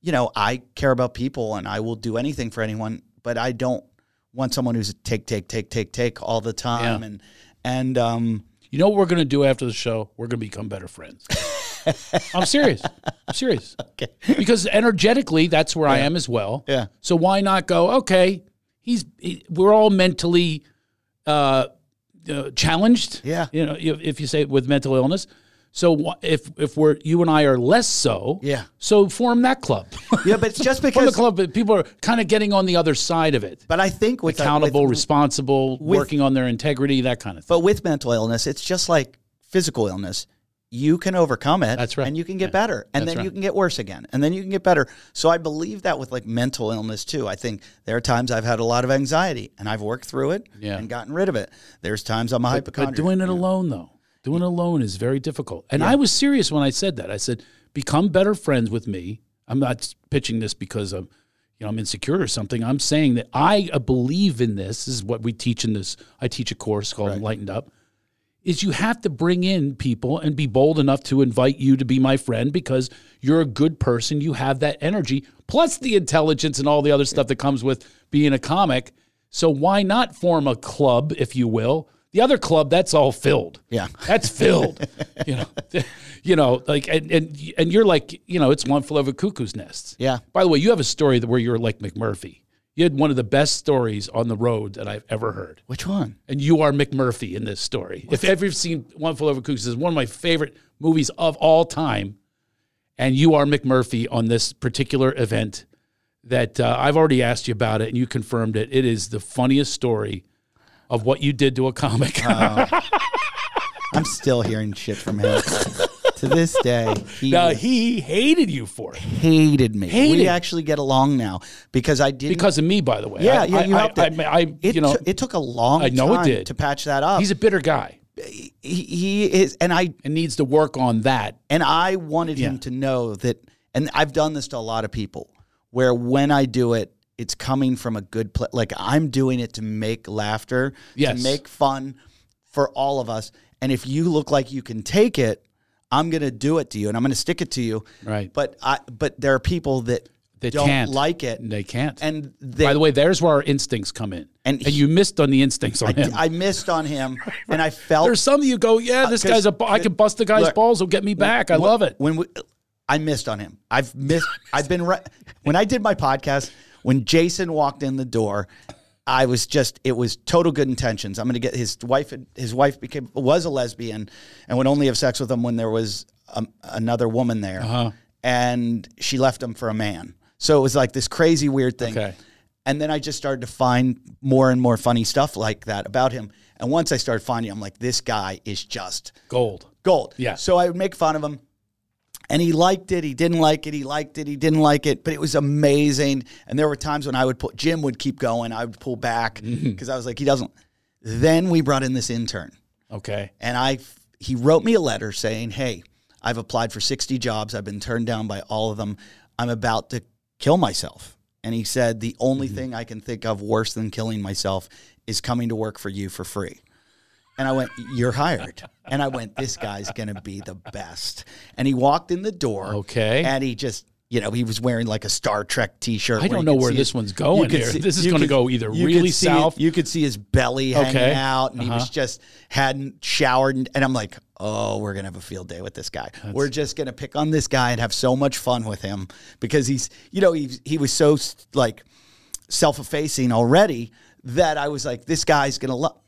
B: you know, I care about people and I will do anything for anyone, but I don't want someone who's take, take, take, take, take all the time
A: Yeah.
B: and and um
A: You know what we're gonna do after the show? We're gonna become better friends. I'm serious. I'm serious. Okay. Because energetically, that's where I am as well.
B: Yeah.
A: So why not go? Okay, he's he, we're all mentally uh, uh, challenged.
B: Yeah.
A: You know, if, if you say with mental illness. So wh- if if we're you and I are less so.
B: Yeah.
A: So form that club.
B: Yeah, but it's just
A: form the
B: because
A: club. but People are kind of getting on the other side of it.
B: but I think with
A: Accountable,
B: with-
A: responsible, working on their integrity, that kind of thing.
B: But with mental illness, it's just like physical illness. You can overcome it.
A: That's right.
B: And you can get better. And then
A: right.
B: you can get worse again. And then you can get better. So I believe that with like mental illness too. I think there are times I've had a lot of anxiety and I've worked through it
A: Yeah.
B: and gotten rid of it. There's times I'm a hypochondriac.
A: But doing it alone, though, doing it alone is very difficult. And I was serious when I said that. I said, become better friends with me. I'm not pitching this because I'm, you know, I'm insecure or something. I'm saying that I uh, believe in this. This is what we teach in this. I teach a course called Enlightened Up. Is you have to bring in people and be bold enough to invite you to be my friend because you're a good person. You have that energy, plus the intelligence and all the other stuff that comes with being a comic. So why not form a club, if you will? The other club, that's all filled.
B: Yeah.
A: that's filled. you know, you know, like and and and you're like, you know, it's one flew over a cuckoo's nest.
B: Yeah.
A: By the way, you have a story that where you're like McMurphy. You had one of the best stories on the road that I've ever heard,
B: Which one?
A: and you are McMurphy in this story. If ever you've seen One Flew Over a Cuckoo's Nest, it's one of my favorite movies of all time, and you are McMurphy on this particular event that uh, I've already asked you about it, and you confirmed it. It is the funniest story of what you did to a comic.
B: I'm still hearing shit from him. to this day, he
A: Now he hated you for it
B: hated me. We
A: Hated.
B: actually get along now because I didn't.
A: because of me, by the way.
B: yeah,
A: I,
B: yeah,
A: I,
B: you
A: I,
B: helped
A: I,
B: it.
A: I- I-
B: it,
A: you know,
B: took- it took a long
A: I know it
B: time
A: did.
B: to patch that up.
A: he's a bitter guy
B: he, he is, and I
A: and needs to work on that.
B: And I wanted him to know that, and I've done this to a lot of people where when I do it, it's coming from a good place. Like I'm doing it to make laughter,
A: Yes.
B: to make fun for all of us. And if you look like you can take it, I'm going to do it to you and I'm going to stick it to you.
A: Right.
B: But I, but there are people that
A: They
B: don't
A: can't.
B: like it.
A: They can't.
B: And they,
A: by the way, there's where our instincts come in.
B: And
A: And, you missed on the instincts on him.
B: I missed on him and I felt
A: there's some of you go, yeah, this
B: 'cause
A: guy's a. bu- I can bust the guy's
B: look,
A: balls. He'll get me back. I
B: Wh-
A: love it.
B: When we, I missed on him, I've missed. I've been re- when I did my podcast. When Jason walked in the door, I was just. It was total good intentions. I'm going to get his wife. had- His wife became was a lesbian, and would only have sex with him when there was um, another woman there, and she left him for a man. So it was like this crazy weird thing.
A: Okay.
B: And then I just started to find more and more funny stuff like that about him. And once I started finding, I'm like, this guy is just
A: Gold.
B: gold.
A: Yeah.
B: So I would make fun of him. And he liked it. He didn't like it. He liked it. He didn't like it. But it was amazing. And there were times when I would pull, Jim would keep going. I would pull back because I was like, he doesn't. Then we brought in this intern.
A: Okay.
B: And I, he wrote me a letter saying, hey, I've applied for 60 jobs. I've been turned down by all of them. I'm about to kill myself. And he said, the only
A: Mm-hmm.
B: thing I can think of worse than killing myself is coming to work for you for free. And I went, You're hired. And I went, This guy's going to be the best. And he walked in the door.
A: Okay.
B: And he just, you know, he was wearing like a Star Trek t shirt.
A: I don't know where this one's going here. This is going to go either really south.
B: You could see his belly hanging
A: Okay. Uh-huh.
B: out. And he was just hadn't showered. And, and I'm like, oh, we're going to have a field day with this guy. we're just going to pick on this guy and have so much fun with him because he's, you know, he, he was so like self effacing already that I was like, this guy's going to love.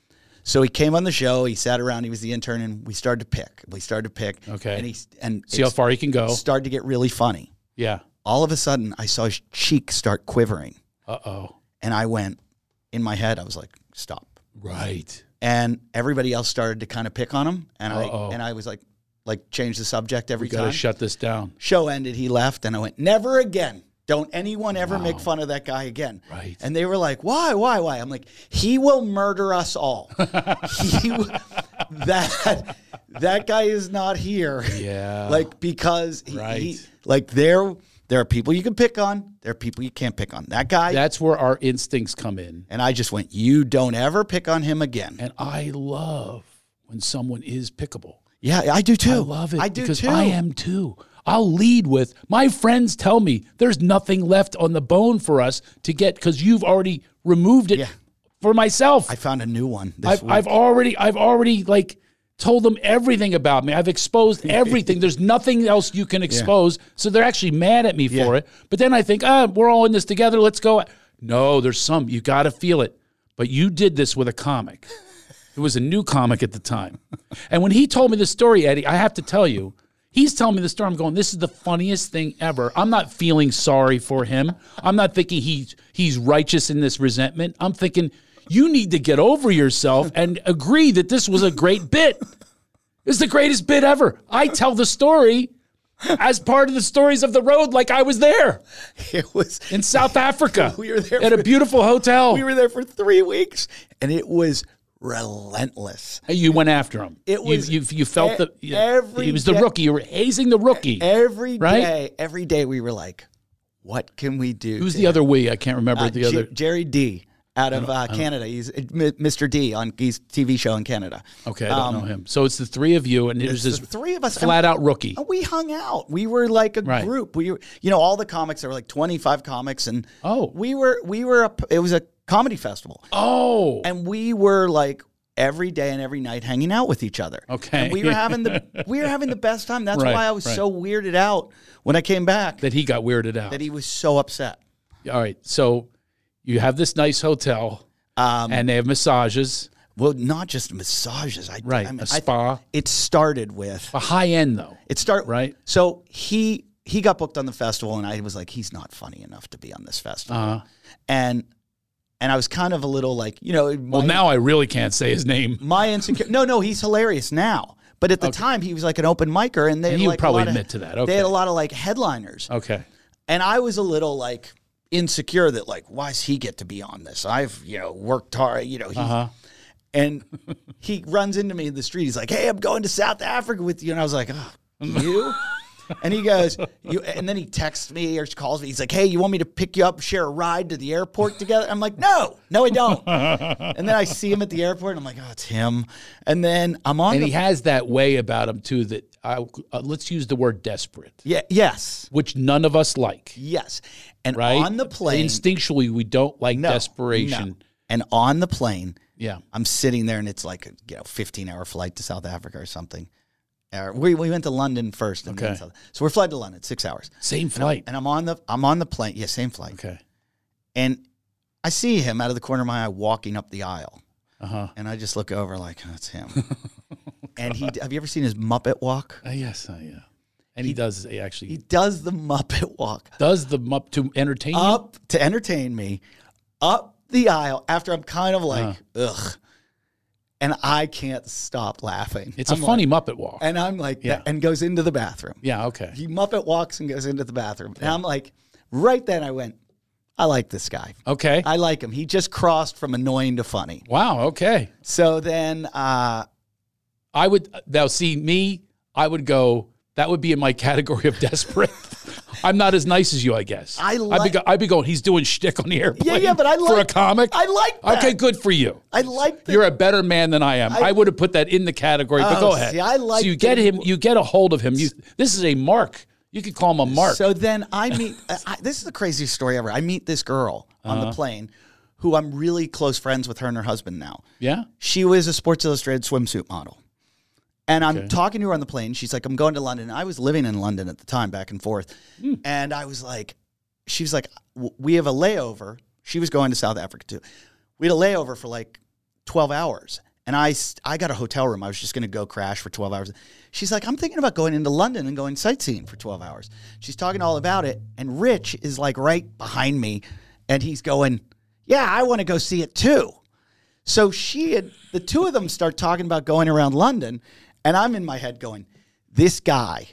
B: So he came on the show, he sat around, he was the intern, and we started to pick. We started to pick.
A: Okay.
B: And he and
A: See how
B: it's-
A: far he can go.
B: started to get really funny.
A: Yeah.
B: All of a sudden, I saw his cheek start quivering.
A: Uh oh.
B: And I went, in my head, I was like, stop.
A: Right.
B: And everybody else started to kind of pick on him. And
A: Uh-oh.
B: I and I was like, like change the subject every
A: We got
B: time.
A: to shut this down.
B: Show ended, he left, and I went, never again. Don't anyone ever make fun of that guy again.
A: Right.
B: And they were like, why, why, why? I'm like, he will murder us all. he, w- that that guy is not here.
A: Yeah.
B: like because he,
A: Right.
B: he- like there there are people you can pick on there are people you can't pick on that guy
A: that's where our instincts come in.
B: and i just went you don't ever pick on him again
A: And I love when someone is pickable.
B: yeah i do too
A: I love it
B: i do
A: because
B: too
A: I am too. I'll lead with my friends tell me there's nothing left on the bone for us to get because you've already removed it
B: Yeah.
A: for myself.
B: i found a new one
A: I've,
B: this week
A: I've already I've already like told them everything about me. I've exposed everything. There's nothing else you can expose. So they're actually mad at me for it. But then I think, ah, we're all in this together. Let's go. No, there's some you got to feel it. But you did this with a comic. It was a new comic at the time. And when he told me the story, Eddie, I have to tell you, he's telling me the story. I'm going, this is the funniest thing ever. I'm not feeling sorry for him. I'm not thinking he's he's righteous in this resentment. I'm thinking you need to get over yourself and agree that this was a great bit. It's the greatest bit ever. I tell the story as part of the stories of the road, like I was there
B: it was
A: in South Africa.
B: We were there
A: at a
B: for-
A: beautiful hotel.
B: we were there for three weeks and it was relentless
A: You went after him.
B: It
A: You-
B: was
A: you. You, felt
B: e-
A: the yeah,
B: every
A: he was the
B: day-
A: rookie. You were hazing the rookie.
B: Every day,
A: Right?
B: every day we were like what can we do
A: Who's
B: to
A: the other we? I can't remember the
B: Jer-
A: other.
B: Jerry D out of uh, Canada. He's uh, M- Mr. D on his TV show in Canada.
A: Okay, I don't know him. So it's the three of you, and there's this
B: um, The Oh. three of us and-
A: flat out rookie.
B: and we hung out. We were like a
A: Right.
B: group. We were, you know, all the comics. There were like twenty five comics, and
A: Oh.
B: we were we were a, it was a comedy festival,
A: Oh,
B: and we were like every day and every night hanging out with each other.
A: Okay.
B: and we were having the we were having the best time. That's
A: Right,
B: why I was
A: right.
B: so weirded out when I came back
A: that he got weirded out.
B: that he was so upset.
A: All right, so you have this nice hotel,
B: Um,
A: and they have massages,
B: well, not just massages. I,
A: right?
B: I mean,
A: a
B: I-
A: spa,
B: it started with
A: a high end though.
B: It start
A: Right.
B: So he he got booked on the festival, and I was like, he's not funny enough to be on this festival,
A: Uh,
B: and and I was kind of a little like, you know, my,
A: well, now I really can't say his name.
B: my insecure. no, no, he's hilarious now, but at the time he was like an open micer, and they had
A: You
B: like a
A: probably
B: lot of-
A: admit to that.
B: They
A: Okay,
B: had a lot of like headliners,
A: okay,
B: and I was a little like insecure that like, why does he get to be on this? I've you know worked hard, you know, he,
A: uh-huh.
B: and he runs into me in the street. He's like, "Hey, I'm going to South Africa with you," and I was like, oh, "You?" and he goes, "You." And then he texts me or calls me. He's like, "Hey, you want me to pick you up, share a ride to the airport together?" I'm like, "No, no, I don't." and then I see him at the airport, and I'm like, "Oh, it's him." And then I'm on.
A: And
B: the,
A: he has that way about him too. That I, uh, let's use the word desperate,
B: yeah, yes,
A: which none of us like.
B: yes, and
A: right?
B: on the plane,
A: Instinctually, we don't like
B: no,
A: desperation.
B: no. and on the plane,
A: Yeah.
B: I'm sitting there and it's like a you know 15 hour flight to South Africa or something. Or we, we went to London first. And then
A: Okay.
B: South, so we're flying to London, six hours.
A: Same flight.
B: And I'm on the I'm on the plane. Yeah, same flight.
A: okay.
B: And I see him out of the corner of my eye walking up the aisle.
A: Uh huh.
B: And I just look over like, oh, it's him. and he have you ever seen his Muppet walk?
A: yes. Uh, yeah. And he, does he actually
B: He does eh, the Muppet walk
A: does the up to entertain you?
B: up to entertain me, up the aisle after I'm kind of
A: Uh-huh.
B: like, ugh. And I can't stop laughing.
A: It's
B: I'm
A: a
B: like,
A: funny Muppet walk.
B: And I'm like,
A: Yeah.
B: and goes into the bathroom.
A: yeah. Okay.
B: He Muppet walks and goes into the bathroom. And I'm like, right then I went, I like this guy.
A: Okay.
B: I like him. He just crossed from annoying to funny.
A: wow. Okay.
B: So then, uh,
A: I would now see me. I would go. That would be in my category of desperate. I'm not as nice as you, I guess.
B: I
A: I'd be,
B: like-
A: go, I'd be going. He's doing shtick on the airplane.
B: yeah, but I
A: for a
B: like-
A: comic.
B: I like that.
A: Okay, good for you.
B: I like that.
A: You're a better man than I am. I, would have put that in the category, but
B: Oh,
A: go ahead.
B: see, I like
A: so you get
B: that-
A: him, you get a hold of him. You, this is a mark. You could call him a mark.
B: So then I meet, I, I- this is the craziest story ever. I meet this girl on
A: Uh-huh.
B: the plane who I'm really close friends with her and her husband now.
A: yeah.
B: She was a Sports Illustrated swimsuit model. And I'm talking to her on the plane. She's like, I'm going to London. I was living in London at the time, back and forth. And I was like, she was like, "W- we have a layover. She was going to South Africa too. We had a layover for like 12 hours. And I, s- I got a hotel room. I was just going to go crash for 12 hours. She's like, I'm thinking about going into London and going sightseeing for 12 hours. She's talking all about it. And Rich is like right behind me. And he's going, Yeah, I want to go see it too. So she had the two of them start talking about going around London, and I'm in my head going, "This guy,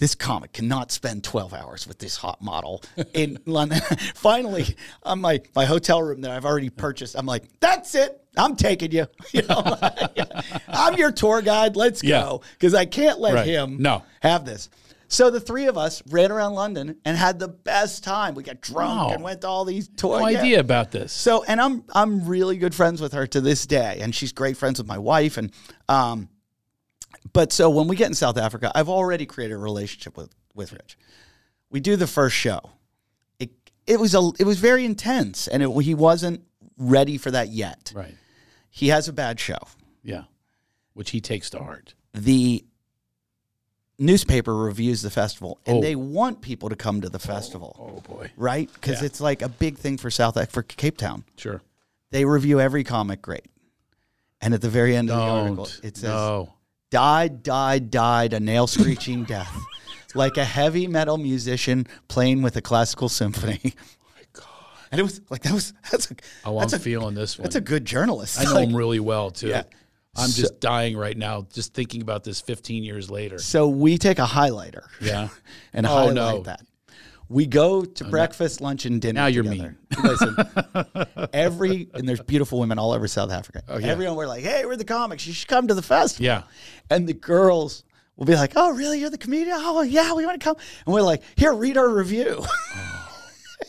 B: this comic cannot spend 12 hours with this hot model in London." Finally, on my my hotel room that I've already purchased, I'm like, "That's it, I'm taking you. You know, I'm your tour guide. Let's
A: Yeah.
B: go," because I can't let
A: Right.
B: him
A: No.
B: have this. So the three of us ran around London and had the best time. We got drunk
A: Wow.
B: and went to all these tour.
A: No
B: Oh, yeah.
A: idea about this.
B: So, and I'm I'm really good friends with her to this day, and she's great friends with my wife. And um, but so when we get in South Africa, I've already created a relationship with with Rich. We do the first show. It it was a it was very intense, and it, he wasn't ready for that yet.
A: Right.
B: He has a bad show.
A: Yeah. Which he takes to heart.
B: The newspaper reviews the festival, and
A: Oh.
B: they want people to come to the festival,
A: Oh boy.
B: right? Because it's like a big thing for South Af- for Cape Town.
A: Sure.
B: they review every comic great. And at the very end of the article,
A: Don't.
B: it says,
A: no.
B: died, died, died a nail screeching death, like a heavy metal musician playing with a classical symphony. Oh my God. And it was like, that was, that's a,
A: Oh, I'm
B: that's, a
A: feeling this one.
B: that's a good journalist.
A: I know
B: Like,
A: him really well too.
B: Yeah.
A: I'm just dying right now, just thinking about this 15 years later.
B: so we take a highlighter
A: Yeah.
B: and
A: Oh,
B: highlight
A: no.
B: that. We go to breakfast, lunch, and dinner.
A: Now you're
B: together. Listen, every and there's beautiful women all over South Africa.
A: Oh, yeah.
B: Everyone we're like, hey, we're the comics. You should come to the festival.
A: Yeah.
B: And the girls will be like, oh, really? You're the comedian? Oh, yeah, we want to come. And we're like, here, read our review.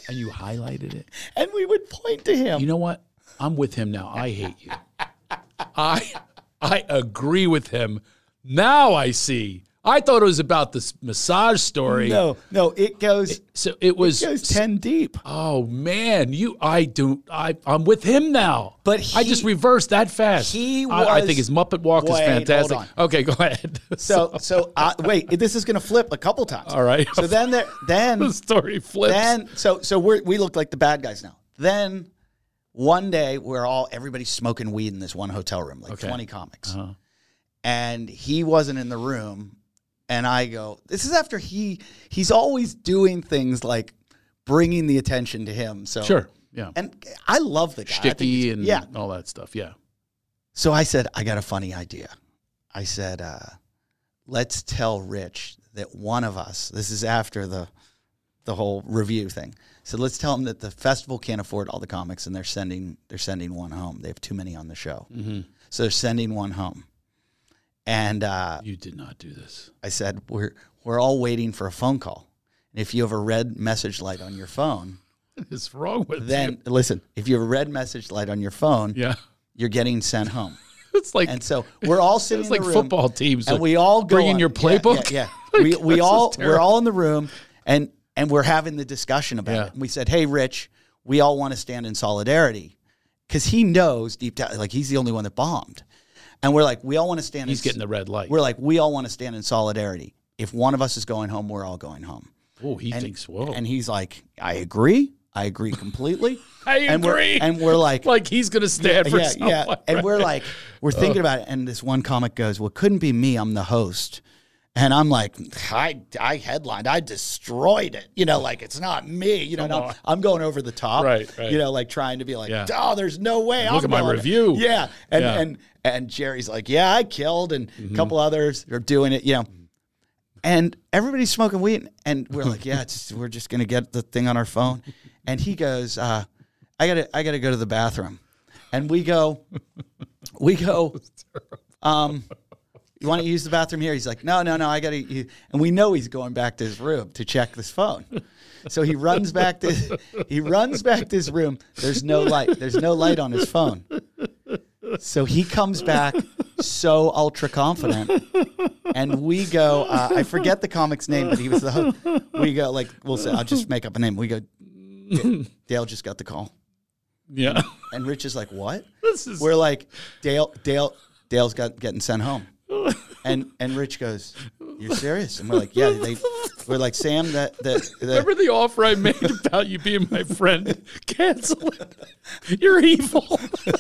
A: And you highlighted it.
B: and we would point to him.
A: You know what? I'm with him now. I hate you. I I agree with him. Now I see. I thought it was about this massage story.
B: no, no, it goes,
A: So it was
B: it goes 10 deep.
A: Oh man, you I do I I'm with him now.
B: But
A: I just
B: he-
A: reversed that fast.
B: he
A: I, I
B: was-
A: think his Muppet Walk is
B: Wait, hold
A: fantastic.
B: on.
A: Okay, go ahead.
B: So, so uh, wait, this is going to flip a couple times.
A: All right.
B: So then there, then
A: the story flips.
B: then so so we we look like the bad guys now. Then one day we're all everybody's smoking weed in this one hotel room, like twenty comics,
A: Uh-huh.
B: and he wasn't in the room. And I go, this is after he he's always doing things like bringing the attention to him. So
A: sure. Yeah.
B: and I love the guy. I think
A: Sticky
B: he's-
A: and
B: yeah.
A: all that stuff. Yeah.
B: So I said, I got a funny idea. I said, uh, let's tell Rich that one of us, this is after the the whole review thing. So let's tell him that the festival can't afford all the comics and they're sending they're sending one home. They have too many on the show.
A: Mm-hmm.
B: So they're sending one home. And uh,
A: You did not do this.
B: I said, We're we're all waiting for a phone call. And if you have a red message light on your phone,
A: What is wrong with you?
B: then listen, if you have a red message light on your phone,
A: Yeah.
B: you're getting sent home.
A: It's like
B: And so we're all sitting
A: it's
B: in
A: like
B: the room,
A: football teams.
B: and
A: like,
B: we all go
A: bring in
B: on-
A: your
B: yeah,
A: playbook.
B: Yeah, yeah. we we
A: This
B: all
A: is
B: we're
A: terrible.
B: all in the room, and and we're having the discussion about
A: Yeah.
B: it. And we said, "Hey, Rich, we all want to stand in solidarity because he knows deep down, like he's the only one that bombed." And we're like, "We all want to stand."
A: He's
B: in,
A: getting the red light.
B: We're like, "We all want to stand in solidarity. If one of us is going home, we're all going home."
A: Oh, he thinks, whoa.
B: And he's like, "I agree. I agree completely."
A: I
B: And we're,
A: agree.
B: and we're like,
A: like he's gonna stand for
B: yeah,
A: someone.
B: yeah. And we're like, we're thinking about it, and this one comic goes, "Well, it couldn't be me. I'm the host." And I'm like, I, I headlined, I destroyed it. You know, like it's not me. You know, and I'm, I'm going over the top.
A: Right, right.
B: You know, like trying to be like,
A: Yeah.
B: oh, there's no way.
A: Look
B: I'm
A: at my
B: going."
A: review.
B: Yeah, and
A: Yeah.
B: and and Jerry's like, yeah, I killed, and a couple others are doing it. You know, and everybody's smoking weed, and we're like, yeah, it's, we're just gonna get the thing on our phone. And he goes, uh, I gotta, I gotta go to the bathroom, and we go, we go. Um, you want to use the bathroom here? He's like, no, no, no, I gotta. u-" And we know he's going back to his room to check this phone. So he runs back to, he runs back to his room. There's no light. There's no light on his phone. So he comes back so ultra confident and we go. Uh, I forget the comic's name, but he was the. Host. We go like we'll say. I'll just make up a name. We go. "D- Dale just got the call,
A: yeah.
B: and Rich is like, "What?"
A: This is
B: We're like, "Dale, Dale, Dale's got getting sent home." And and Rich goes, "You're serious?" And we're like, "Yeah." They, we're like, "Sam, that that, that
A: Remember the offer I made about you being my friend? Cancel it. You're evil.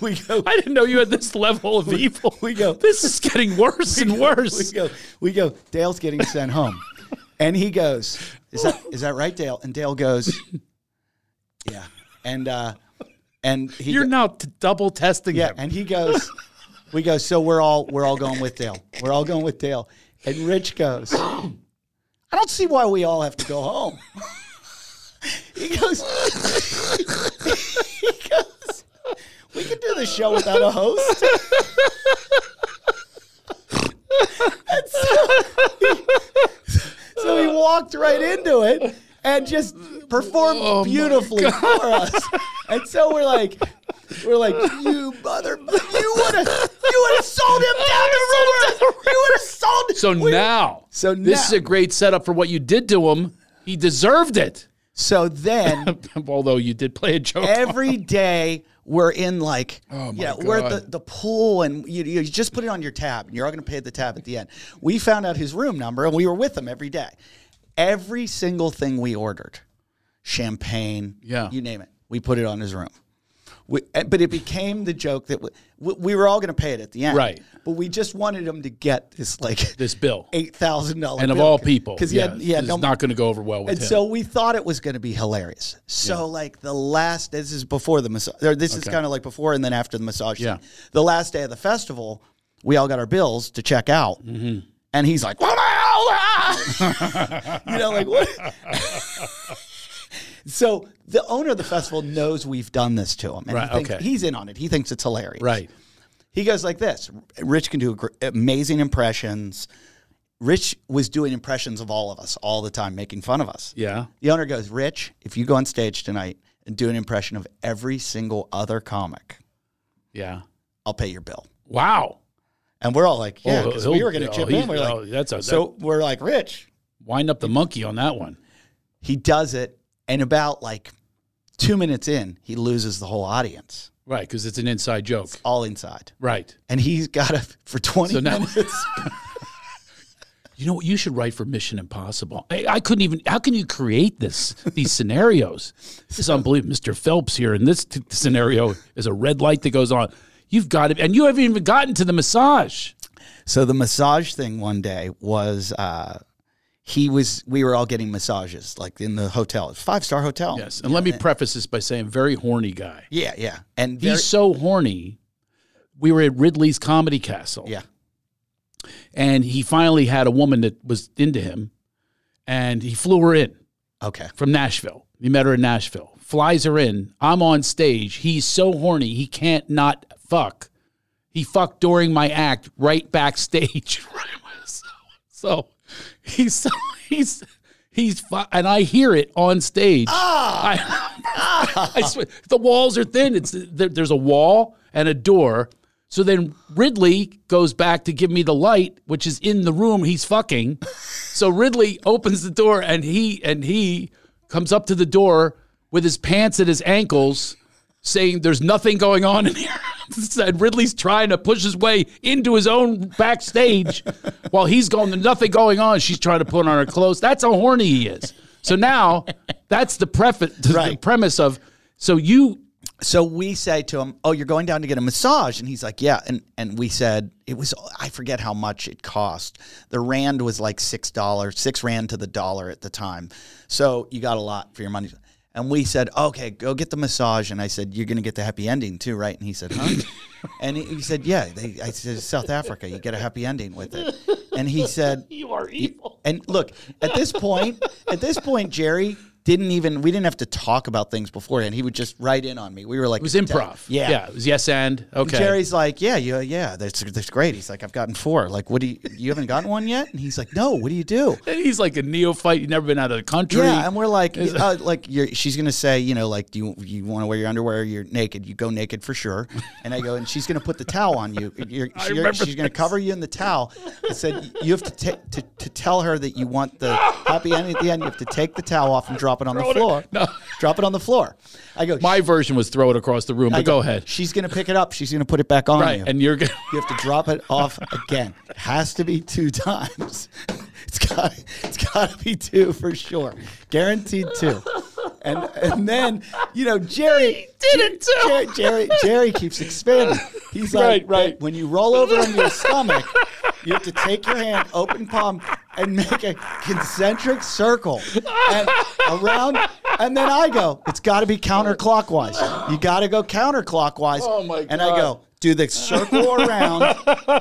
B: we go."
A: I didn't know you had this level of evil.
B: we go-
A: This is getting worse and
B: We
A: worse.
B: go, we go. Dale's getting sent home, and he goes, "Is that is that right, Dale?" And Dale goes, "Yeah." And uh, and he
A: You're
B: go-
A: now t- double testing
B: yeah,
A: him.
B: and he goes, "We go." So we're all we're all going with Dale. We're all going with Dale. And Rich goes, "I don't see why we all have to go home." he goes, he goes, "We could do the show without a host." So he walked right into it and just performed beautifully for us. And so we're like, we're like, you mother, you would have, you would have sold him down the river. You would have sold.
A: So
B: we-
A: now,
B: So
A: this
B: now-
A: is a great setup for what you did to him. He deserved it.
B: so then
A: Although you did play a joke.
B: every day we're in like,
A: Oh, my
B: yeah, we're at the,
A: God.
B: the pool and you, you just put it on your tab and you're all going to pay the tab at the end. We found out his room number and we were with him every day. Every single thing we ordered, champagne,
A: Yeah.
B: you name it, we put it on his room. We, eh, but it became the joke that we, we- we were all going to pay it at the end,
A: Right.
B: But we just wanted him to get this like
A: this bill.
B: eight thousand dollar
A: and of all people,
B: because he
A: yeah,
B: had, he had
A: it's
B: no
A: not going to go over well with
B: and
A: him.
B: so we thought it was going to be hilarious. So like the last, this is before the massage. Or this is
A: Okay.
B: kind of like before and then after the massage.
A: Yeah.
B: thing. The last day of the festival, we all got our bills to check out,
A: Mm-hmm.
B: and he's like, "What the hell?" Ah!" you know, like what? so the owner of the festival knows we've done this to him, and
A: Right,
B: he thinks,
A: okay.
B: he's in on it. He thinks it's hilarious.
A: right.
B: He goes like this. Rich can do gr- amazing impressions. Rich was doing impressions of all of us all the time, making fun of us.
A: Yeah.
B: The owner goes, Rich, if you go on stage tonight and do an impression of every single other comic,
A: Yeah.
B: I'll pay your bill.
A: Wow.
B: And we're all like, yeah,
A: Oh,
B: 'cause
A: he'll-
B: we were going to
A: oh,
B: chip
A: he-
B: in. We're
A: oh,
B: like,
A: that's a, so
B: so we're like, Rich,
A: wind up the monkey on that one.
B: he does it. And about like two minutes in, he loses the whole audience,
A: Right, because it's an inside joke.
B: all inside.
A: Right.
B: And he's got to, for 20
A: So now-
B: minutes.
A: You know what? You should write for Mission Impossible. I, I couldn't even. How can you create this? These scenarios. This is unbelievable. Mr. Phelps here in this t- scenario is a red light that goes on. You've got it, and you haven't even gotten to the massage.
B: So the massage thing one day was uh, he was we were all getting massages like in the hotel, five star hotel.
A: Yes, and let me preface this by saying, very horny guy.
B: Yeah, yeah. And very,
A: He's so horny. We were at Ridley's Comedy Castle.
B: yeah.
A: and he finally had a woman that was into him, and he flew her in.
B: Okay.
A: from Nashville. He met her in Nashville. Flies her in. I'm on stage. He's so horny he can't not fuck. He fucked during my act right backstage. Right when- so, so he's so he's he's fu- and I hear it on stage. I, I swear the walls are thin. It's there, there's a wall and a door. So then Ridley goes back to give me the light, which is in the room he's fucking. So Ridley opens the door and he and he comes up to the door with his pants at his ankles, saying there's nothing going on in here. and Ridley's trying to push his way into his own backstage while he's going, there's nothing going on. She's trying to put on her clothes. That's how horny he is. So now that's the, preface, the
B: Right.
A: premise of so you
B: So we say to him, "Oh, you're going down to get a massage," and he's like, "Yeah." And and we said it was I forget how much it cost. The rand was like six dollars, six rand to the dollar at the time. So you got a lot for your money. And we said, "Okay, go get the massage." And I said, "You're going to get the happy ending too, right?" And he said, "Huh?" and he, he said, "Yeah." They, I said, "South Africa, you get a happy ending with it." And he said,
A: you are evil.
B: And look, at this point, at this point, Jerry didn't even we didn't have to talk about things beforehand. He would just write in on me. We were like,
A: It was improv.
B: Yeah.
A: Yeah. It was yes and okay.
B: Jerry's like, yeah, yeah, yeah, that's, that's great. He's like, I've gotten four. Like, what do you, you haven't gotten one yet? And he's like, no, what do you do?
A: and he's like a neophyte. You've never been out of the country.
B: Yeah, and we're like, uh, like you're, she's gonna say, you know, like, do you you want to wear your underwear? You're naked. You go naked for sure. And I go, and she's gonna put the towel on you. You're,
A: I
B: you're-
A: remember
B: she's gonna cover you in the towel. I said, you have to, ta- to to tell her that you want the happy ending at the end. You have to take the towel off and drop drop it on the floor.
A: No.
B: Drop it on the floor. I go,
A: My version was throw it across the room,
B: I
A: but go ahead.
B: She's going to pick it up. She's going to put it back on
A: Right.
B: you.
A: And you're going
B: you have to drop it off again. It has to be two times. It's got it's got to be two for sure. Guaranteed two. And and then you know Jerry
A: did it too.
B: Jerry Jerry, Jerry keeps expanding. He's like,
A: Right, right.
B: When you roll over on your stomach, you have to take your hand, open palm, and make a concentric circle and around. And then I go, it's got to be counterclockwise. You got to go counterclockwise.
A: Oh, my
B: And I
A: God.
B: go, do the circle around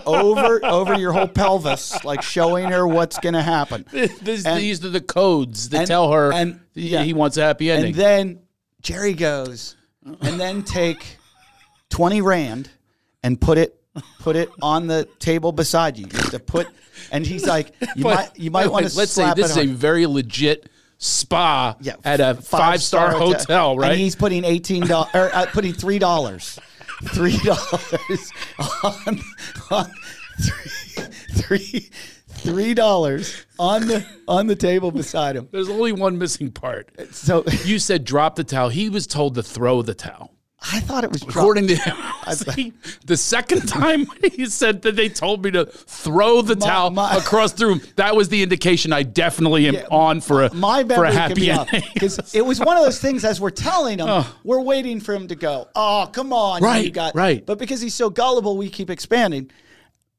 B: over over your whole pelvis, like showing her what's going to happen.
A: This,
B: And-
A: these are the codes that
B: and-
A: tell her
B: and-
A: he-
B: yeah.
A: he wants a happy ending.
B: And then Jerry goes, and then take twenty rand and put it put it on the table beside you. You have to put, and he's like, you
A: But-
B: might you might want to
A: Let's say
B: slap
A: this
B: it
A: is a
B: on-
A: very legit spa
B: yeah,
A: at a five star hotel, right?
B: And he's putting eighteen dollars or uh, putting three dollars, three dollars on on three three three dollars on the on the table beside him.
A: There's only one missing part.
B: So
A: You said drop the towel. He was told to throw the towel.
B: I thought it was drop-
A: According to him, See, the second time he said that they told me to throw the towel
B: my-
A: across the room, that was the indication I definitely am on for a for
B: my
A: a
B: memory could
A: happy
B: be off
A: ending. Oh.
B: because it was one of those things. As we're telling him, we're waiting for him to go. Oh, come on, you
A: Right,
B: got
A: right.
B: But because he's so gullible, we keep expanding,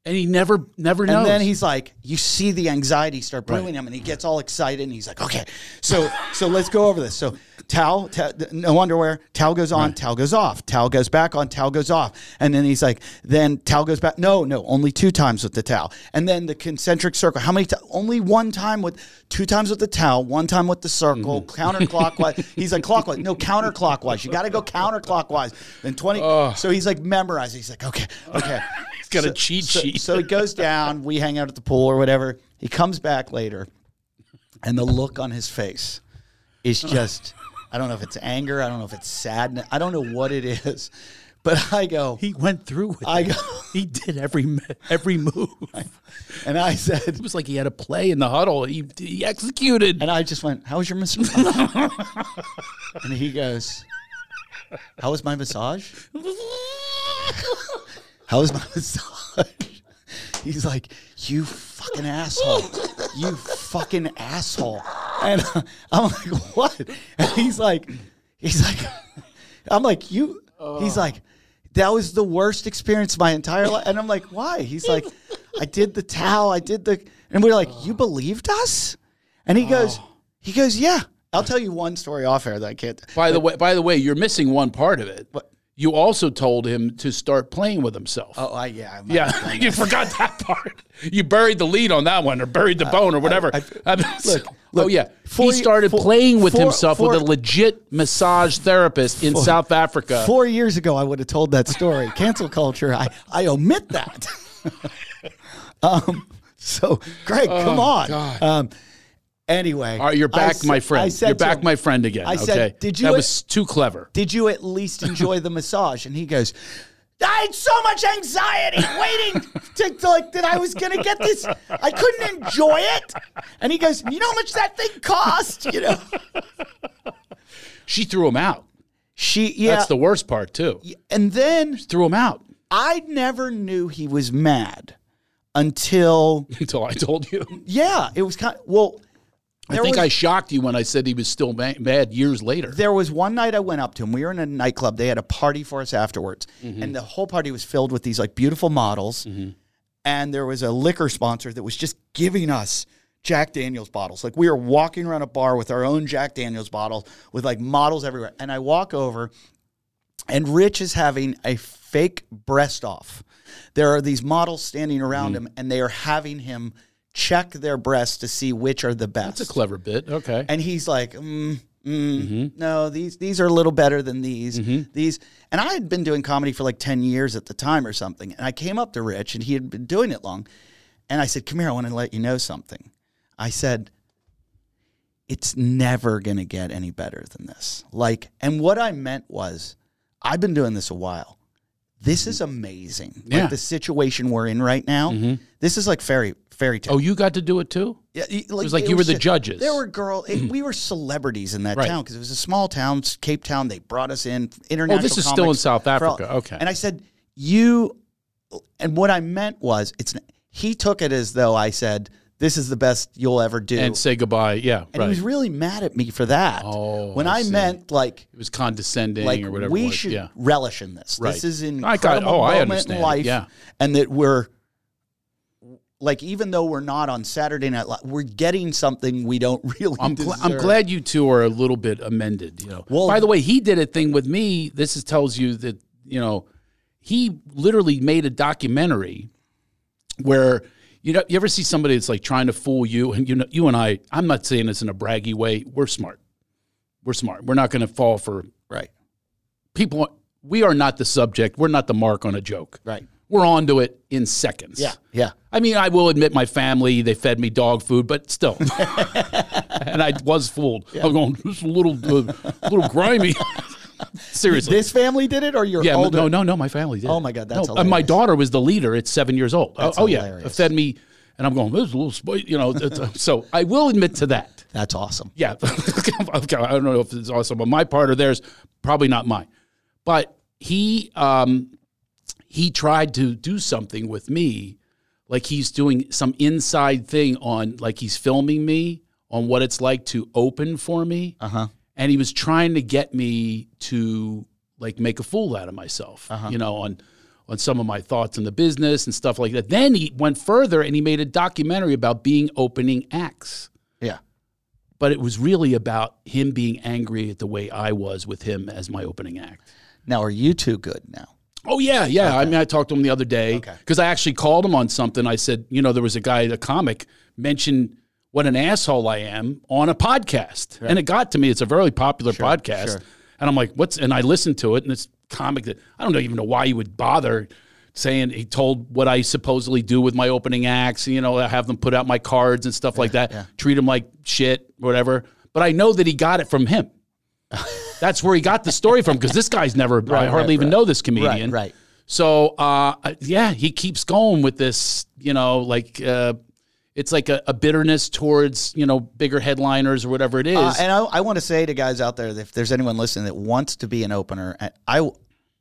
A: and he never never
B: and
A: knows.
B: then he's like, you see the anxiety start brewing him, and he gets all excited, and he's like, okay, so so let's go over this. So towel, ta- no underwear. Towel goes on, towel goes off. Towel goes back on, towel goes off, and then he's like, then towel goes back. No, no, only two times with the towel, and then the concentric circle. How many? T- only one time with two times with the towel, one time with the circle,
A: Mm-hmm.
B: counterclockwise. He's like clockwise. No, counterclockwise. You got to go counterclockwise. Then twenty. So he's like memorizing. He's like, okay, okay.
A: he's got a cheat
B: So,
A: sheet.
B: so he goes down. We hang out at the pool or whatever. He comes back later, and the look on his face is just I don't know if it's anger. I don't know if it's sadness. I don't know what it is. But I go,
A: he went through with
B: I
A: it.
B: go,
A: He did every me- every move.
B: and I said,
A: It was like he had a play in the huddle. He, he executed.
B: and I just went, "How was your massage?" and he goes, "How was my massage? How was my massage?" He's like, "You fucking asshole! You fucking asshole!" And uh, I'm like, "What?" And he's like, "He's like, I'm like you." He's like, "That was the worst experience of my entire life." And I'm like, "Why?" He's like, "I did the towel. I did the," and we're like, "You believed us?" And he goes, "He goes, yeah." I'll tell you one story off air that I can't.
A: By the way, by the way, you're missing one part of it.
B: What?
A: You also told him to start playing with himself.
B: Oh, I, yeah, I'm-
A: yeah, you forgot that part. You buried the lead on that one, or buried the bone, or whatever.
B: I-
A: look, oh
B: look,
A: yeah,
B: for
A: he
B: you-
A: started
B: for-
A: playing with
B: for-
A: himself with
B: for-
A: a legit massage therapist in South Africa.
B: Four years ago, I would have told that story. Cancel culture. I, I omit that. um, so, Greg, come on.
A: Oh, God.
B: Um, anyway,
A: All right, you're
B: I
A: back,
B: sa-
A: my
B: I
A: friend.
B: said
A: You're
B: to
A: back,
B: him,
A: my friend again.
B: I
A: okay,
B: said, "Did you- e-"
A: That was too clever.
B: Did you at least enjoy the massage? And he goes. I had so much anxiety waiting to, to, like that I was gonna get this. I couldn't enjoy it. And he goes, "You know how much that thing cost?" You know.
A: She threw him out.
B: She yeah.
A: That's the worst part too.
B: and then
A: Threw him out
B: I never knew he was mad until
A: until I told you.
B: yeah, it was kind. well,
A: I
B: there
A: think
B: was,
A: I shocked you when I said he was still ma- mad years later.
B: there was one night I went up to him. We were in a nightclub. They had a party for us afterwards,
A: Mm-hmm.
B: and the whole party was filled with these like beautiful models. And there was a liquor sponsor that was just giving us Jack Daniels bottles. Like we were walking around a bar with our own Jack Daniels bottles with like models everywhere. And I walk over, and Rich is having a fake breast off. There are these models standing around
A: Mm-hmm.
B: him, and they are having him check their breasts to see which are the best.
A: That's a clever bit. Okay. Mm-hmm.
B: and he's like, mm, mm, no, these these are a little better than these. These, and I had been doing comedy for like ten years at the time or something. And I came up to Rich, and he had been doing it long. And I said, "Come here, I want to let you know something." I said, "It's never going to get any better than this." Like, and what I meant was, I've been doing this a while. this is amazing.
A: Mm-hmm. Yeah. Mm-hmm.
B: Like the situation we're in right now. This is like fairy fairy tale.
A: Oh, you got to do it too?
B: Yeah, it
A: was like you were the
B: just-
A: judges.
B: There were girl. It, we were celebrities in that
A: Right.
B: town because it was a small town, it's Cape Town. They brought us in international.
A: Oh, this is still in
B: comics
A: South
B: for all-
A: Africa. Okay.
B: And I said you, and what I meant was it's. He took it as though I said this is the best you'll ever do,
A: and
B: and,
A: say goodbye. Yeah, right.
B: he was really mad at me for that.
A: Oh,
B: when
A: I
B: I,
A: see.
B: meant like.
A: it was condescending
B: Like
A: or whatever.
B: we
A: it was.
B: should
A: yeah.
B: relish in this.
A: Right.
B: This is an
A: I got-
B: incredible
A: oh, I
B: moment
A: understand it.
B: in life,
A: Yeah.
B: and that we're like, even though we're not on Saturday Night Live, we're getting something we don't really.
A: I'm, gl- I'm
B: deserve.
A: glad you two are a little bit amended. You know.
B: Well-
A: By the way, he did a thing with me. This is, tells you that you know he literally made a documentary where you know you ever see somebody that's like trying to fool you, and you know you and I. I'm not saying this in a braggy way. We're smart. We're smart. We're not going to fall for
B: Right.
A: people. We are not the subject. We're not the mark on a joke.
B: Right.
A: We're onto it in seconds.
B: Yeah. Yeah.
A: I mean, I will admit my family, they fed me dog food, but still. and I was fooled. I'm going, this is a little, uh, little grimy. Seriously.
B: This family did it, or your
A: yeah,
B: older?
A: no, no, no, my family did.
B: Oh my God, that's
A: no, and My
B: hilarious.
A: daughter was the leader at seven years old.
B: That's
A: oh, yeah.
B: hilarious.
A: Fed me, and I'm going, this is a little, sp-, you know. that's, uh, so I will admit to that.
B: That's awesome.
A: Yeah. okay, I don't know if it's awesome on my part or theirs. Probably not mine. But he um, he tried to do something with me, like he's doing some inside thing on, like he's filming me on what it's like to open for me,
B: Uh huh.
A: and he was trying to get me to like make a fool out of myself, you know, on on some of my thoughts in the business and stuff like that. Then he went further and he made a documentary about being opening acts
B: Yeah.
A: but it was really about him being angry at the way I was with him as my opening act.
B: Now, are you two good now?
A: Oh yeah, yeah. I mean, I talked to him the other day
B: Okay.
A: because I actually called him on something. I said, you know, there was a guy, a comic, mentioned what an asshole I am on a podcast, and it got to me. It's a very popular podcast,
B: sure.
A: and I'm like, what's? And I listened to it, and this comic that I don't even know why you would bother saying he told what I supposedly do with my opening acts. You know, I have them put out my cards and stuff like that. Treat him like shit, whatever. But I know that he got it from him. That's where he got the story from because this guy's never. I hardly
B: right,
A: even
B: right.
A: know this comedian.
B: Right. Right.
A: So uh, yeah, he keeps going with this, you know, like uh, it's like a, a bitterness towards you know bigger headliners or whatever it is.
B: Uh, and I, I want to say to guys out there, that if there's anyone listening that wants to be an opener, I- I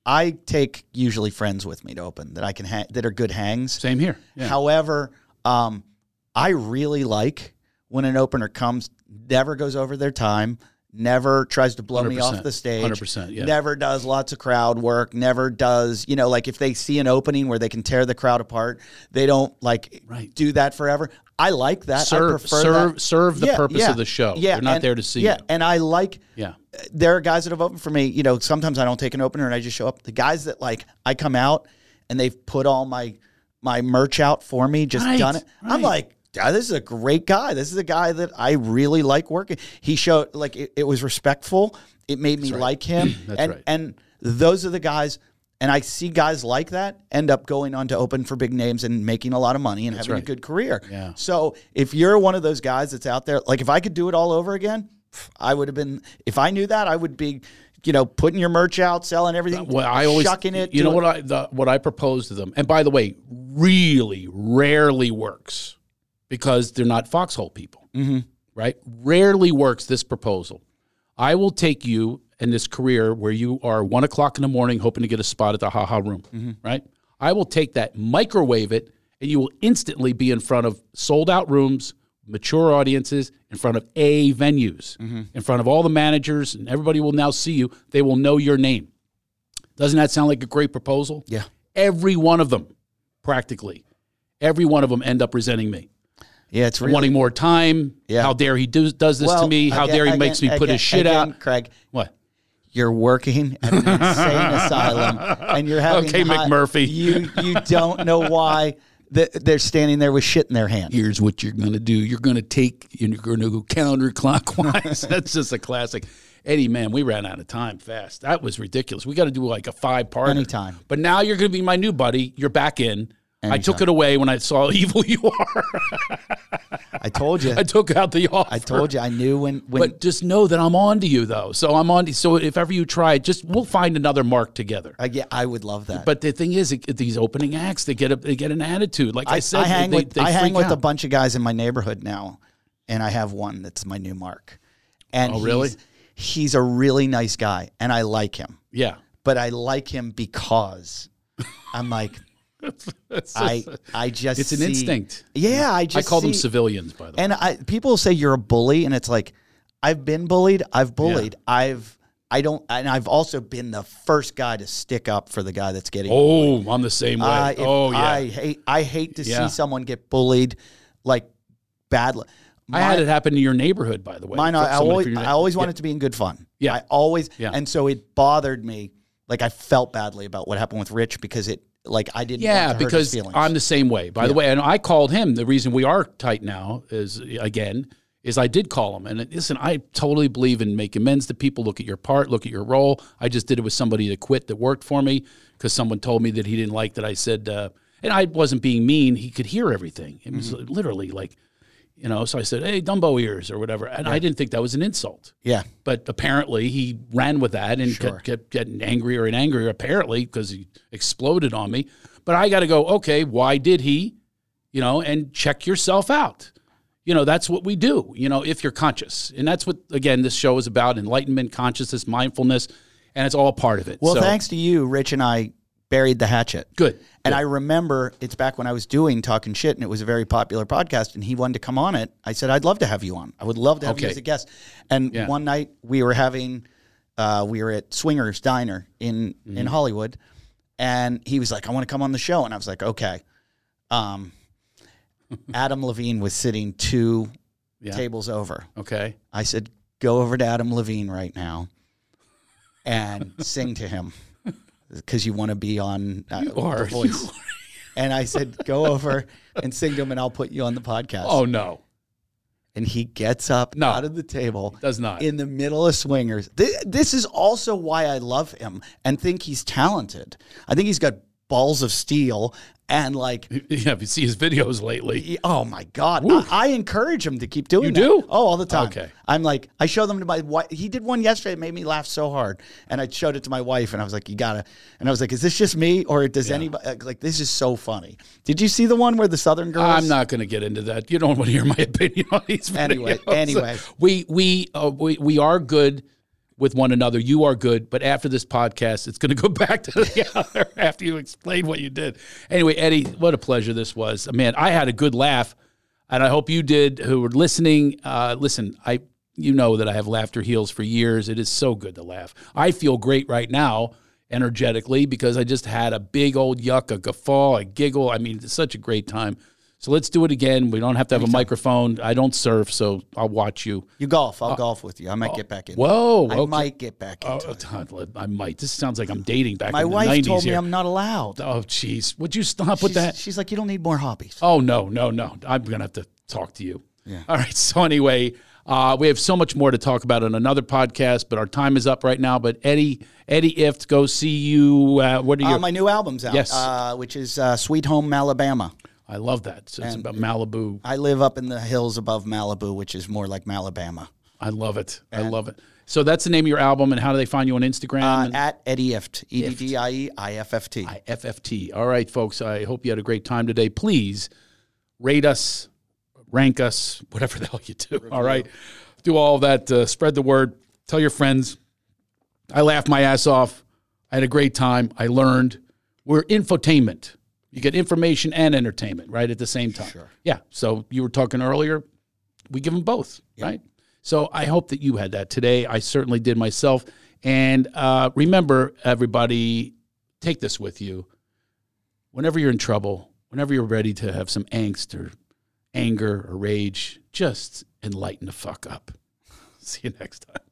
B: I take usually friends with me to open that I can ha- that are good hangs.
A: Same here. Yeah.
B: However, um, I really like when an opener comes, never goes over their time, never tries to blow me off
A: 100%,
B: the stage,
A: 100%, yeah.
B: never does lots of crowd work, never does, you know, like if they see an opening where they can tear the crowd apart, they don't like
A: Right.
B: do that forever. I like that. I
A: serve
B: prefer
A: serve
B: that.
A: serve the
B: Yeah,
A: purpose
B: yeah,
A: of the show.
B: Yeah,
A: They're not
B: and-
A: there to see
B: Yeah,
A: you.
B: and I like
A: Yeah.
B: there are guys that have opened for me. You know, sometimes I don't take an opener and I just show up. The guys that like I come out and they've put all my my merch out for me, just
A: Right,
B: done it. I'm
A: right.
B: like, "Yeah, this is a great guy. This is a guy that I really like working. He showed like it, it was respectful. It made me like him.
A: That's
B: and
A: right.
B: and those are the guys. And I see guys like that end up going on to open for big names and making a lot of money and having
A: right.
B: a good career.
A: Yeah.
B: So if you're one of those guys that's out there, like if I could do it all over again, pff, I would have been. If I knew that, I would be, you know, putting your merch out, selling everything,
A: Well, I always
B: shucking it.
A: You know
B: doing-
A: what I the, what I propose to them, and by the way, really rarely works because they're not foxhole people, mm-hmm. right? Rarely works this proposal. I will take you in this career where you are one o'clock in the morning hoping to get a spot at the haha room, right? I will take that, microwave it, and you will instantly be in front of sold out rooms, mature audiences, in front of A venues, in front of all the managers, and everybody will now see you. They will know your name. Doesn't that sound like a great proposal?
B: Yeah.
A: Every one of them, practically, every one of them end up resenting me,
B: Yeah, it's really.
A: wanting more time.
B: Yeah.
A: How dare he do, does this to me? How
B: again-
A: dare he
B: again-
A: makes me put
B: again-
A: his shit
B: again,
A: out?
B: Craig.
A: What?
B: You're working at an insane asylum, and you're having
A: Okay,
B: hot-
A: McMurphy.
B: You you don't know why th- they're standing there with shit in their hand.
A: Here's what you're going to do. You're going to take, and you're going to go counterclockwise. That's just a classic. Eddie, man, we ran out of time fast. That was ridiculous. We got to do like a five part.
B: Anytime.
A: But now you're going to be my new buddy. You're back in. I took it away when I saw how evil you are.
B: I told you.
A: I took out the offer.
B: I told you. I knew when when
A: But just know that I'm on to you though. So I'm on to so if ever you try it, just we'll find another mark together.
B: I yeah, I would love that.
A: But the thing is, it, these opening acts, they get a, they get an attitude. Like I,
B: I,
A: said,
B: I hang
A: they,
B: with
A: they
B: I hang
A: freak
B: with a
A: out.
B: bunch of guys in my neighborhood now, and I have one that's my new mark. And
A: Oh, really?
B: He's, he's a really nice guy, and I like him.
A: yeah.
B: But I like him because I'm like I I just
A: It's an
B: see-
A: instinct.
B: Yeah, I
A: I
B: just
A: call them
B: see-
A: civilians, by the way.
B: And I people say you're a bully, and it's like I've been bullied. I've bullied. I've I don't, and I've also been the first guy to stick up for the guy that's getting.
A: Oh, I'm the same way.
B: I- if
A: oh yeah.
B: I
A: I,
B: hate I hate to
A: Yeah.
B: see someone get bullied like badly.
A: had it happen in your neighborhood, by the way.
B: Mine, I, I
A: Somebody
B: always
A: from your-
B: I always wanted to be in good fun.
A: Yeah.
B: I always
A: Yeah.
B: and so it bothered me. Like I felt badly about what happened with Rich because it like I didn't. want
A: Yeah,
B: to hurt his
A: because
B: feelings.
A: I'm the same way. By the way, and I called him. The reason we are tight now is again is I did call him. And listen, I totally believe in make amends to people. Look at your part. Look at your role. I just did it with somebody that quit that worked for me because someone told me that he didn't like that I said. Uh, and I wasn't being mean. He could hear everything. It was
B: Mm-hmm.
A: literally like, you know. So I said, "Hey, Dumbo ears" or whatever. And I didn't think that was an insult.
B: yeah.
A: But apparently he ran with that and kept, kept getting angrier and angrier, apparently, because he exploded on me. But I got to go, okay, why did he? You know, and check yourself out. You know, that's what we do, you know, if you're conscious. And that's what, again, this show is about enlightenment, consciousness, mindfulness, and it's all part of it.
B: Well,
A: So,
B: thanks to you, Rich and I buried the hatchet.
A: Good.
B: And I remember it's back when I was doing Talking Shit, and it was a very popular podcast, and he wanted to come on it. I said, I'd love to have you on. I would love to have you
A: Okay.
B: as a guest. And
A: Yeah.
B: one night we were having, uh, we were at Swingers Diner in,
A: Mm-hmm.
B: in Hollywood, and he was like, I want to come on the show. And I was like, okay. Um, Adam Levine was sitting two
A: Yeah.
B: tables over.
A: Okay.
B: I said, go over to Adam Levine right now and sing to him because you want to be on uh, The
A: Or,
B: Voice. And I said, go over and sing to him and I'll put you on the podcast.
A: oh, no,
B: And he gets up
A: No.
B: out of the table
A: does not.
B: in the middle of swingers. Th- this is also why I love him and think he's talented. I think he's got balls of steel and like
A: yeah, if you see his videos lately.
B: Y- Oh my God! I, I encourage him to keep doing.
A: You
B: that.
A: do?
B: Oh, all the time.
A: Okay.
B: I'm like, I show them to my wife. He did one yesterday. It made me laugh so hard, and I showed it to my wife, and I was like, "You gotta." And I was like, "Is this just me, or does anybody like, like this? Is so funny." Did you see the one where the Southern girls?
A: I'm not going to get into that. You don't want to hear my opinion on these.
B: Anyway,
A: videos.
B: anyway.
A: we we, uh, we we are good with one another. You are good, but after this podcast, it's going to go back to the other after you explain what you did. Anyway, Eddie, what a pleasure this was. Man, I had a good laugh, and I hope you did. Who were listening? Uh, listen, I you know that I have laughter heels for years. It is so good to laugh. I feel great right now. Energetically, because I just had a big old yuck, a guffaw, a giggle. I mean, it's such a great time. So let's do it again. We don't have to have a microphone. I don't surf, so I'll watch you.
B: You golf? I'll golf with you. I might get back in.
A: Whoa,
B: I
A: Uh, okay.
B: might get back in.
A: Oh, I might. This sounds like I'm dating back
B: my
A: in the
B: wife
A: 90s
B: told me
A: here.
B: I'm not allowed.
A: oh, jeez. Would you stop with
B: she's,
A: that?
B: she's like, "You don't need more hobbies."
A: Oh no, no, no! I'm gonna have to talk to you. Yeah. All right. So anyway, uh, we have so much more to talk about on another podcast, but our time is up right now. But Eddie, Eddie Ift, go see you. Uh, what are
B: Uh,
A: your?
B: my new album's out,
A: Yes.
B: uh, which is uh, "Sweet Home Alabama."
A: I love that. So it's about Malibu.
B: I live up in the hills above Malibu, which is more like Malabama.
A: I love it. I love it. So that's the name of your album, and how do they find you on Instagram?
B: Uh,
A: and-
B: at Eddie Ift, E D D I E I F F T.
A: FFT. All right, folks. I hope you had a great time today. Please rate us, rank us, whatever the hell you do. All right. Do all that. Uh, spread the word. Tell your friends. I laughed my ass off. I had a great time. I learned. We're infotainment. You get information and entertainment, right, at the same time. Sure. Yeah. So you were talking earlier. We give them both, right? So I hope that you had that today. I certainly did myself. And uh, remember, everybody, take this with you. Whenever you're in trouble, whenever you're ready to have some angst or anger or rage, just enlighten the fuck up. See you next time.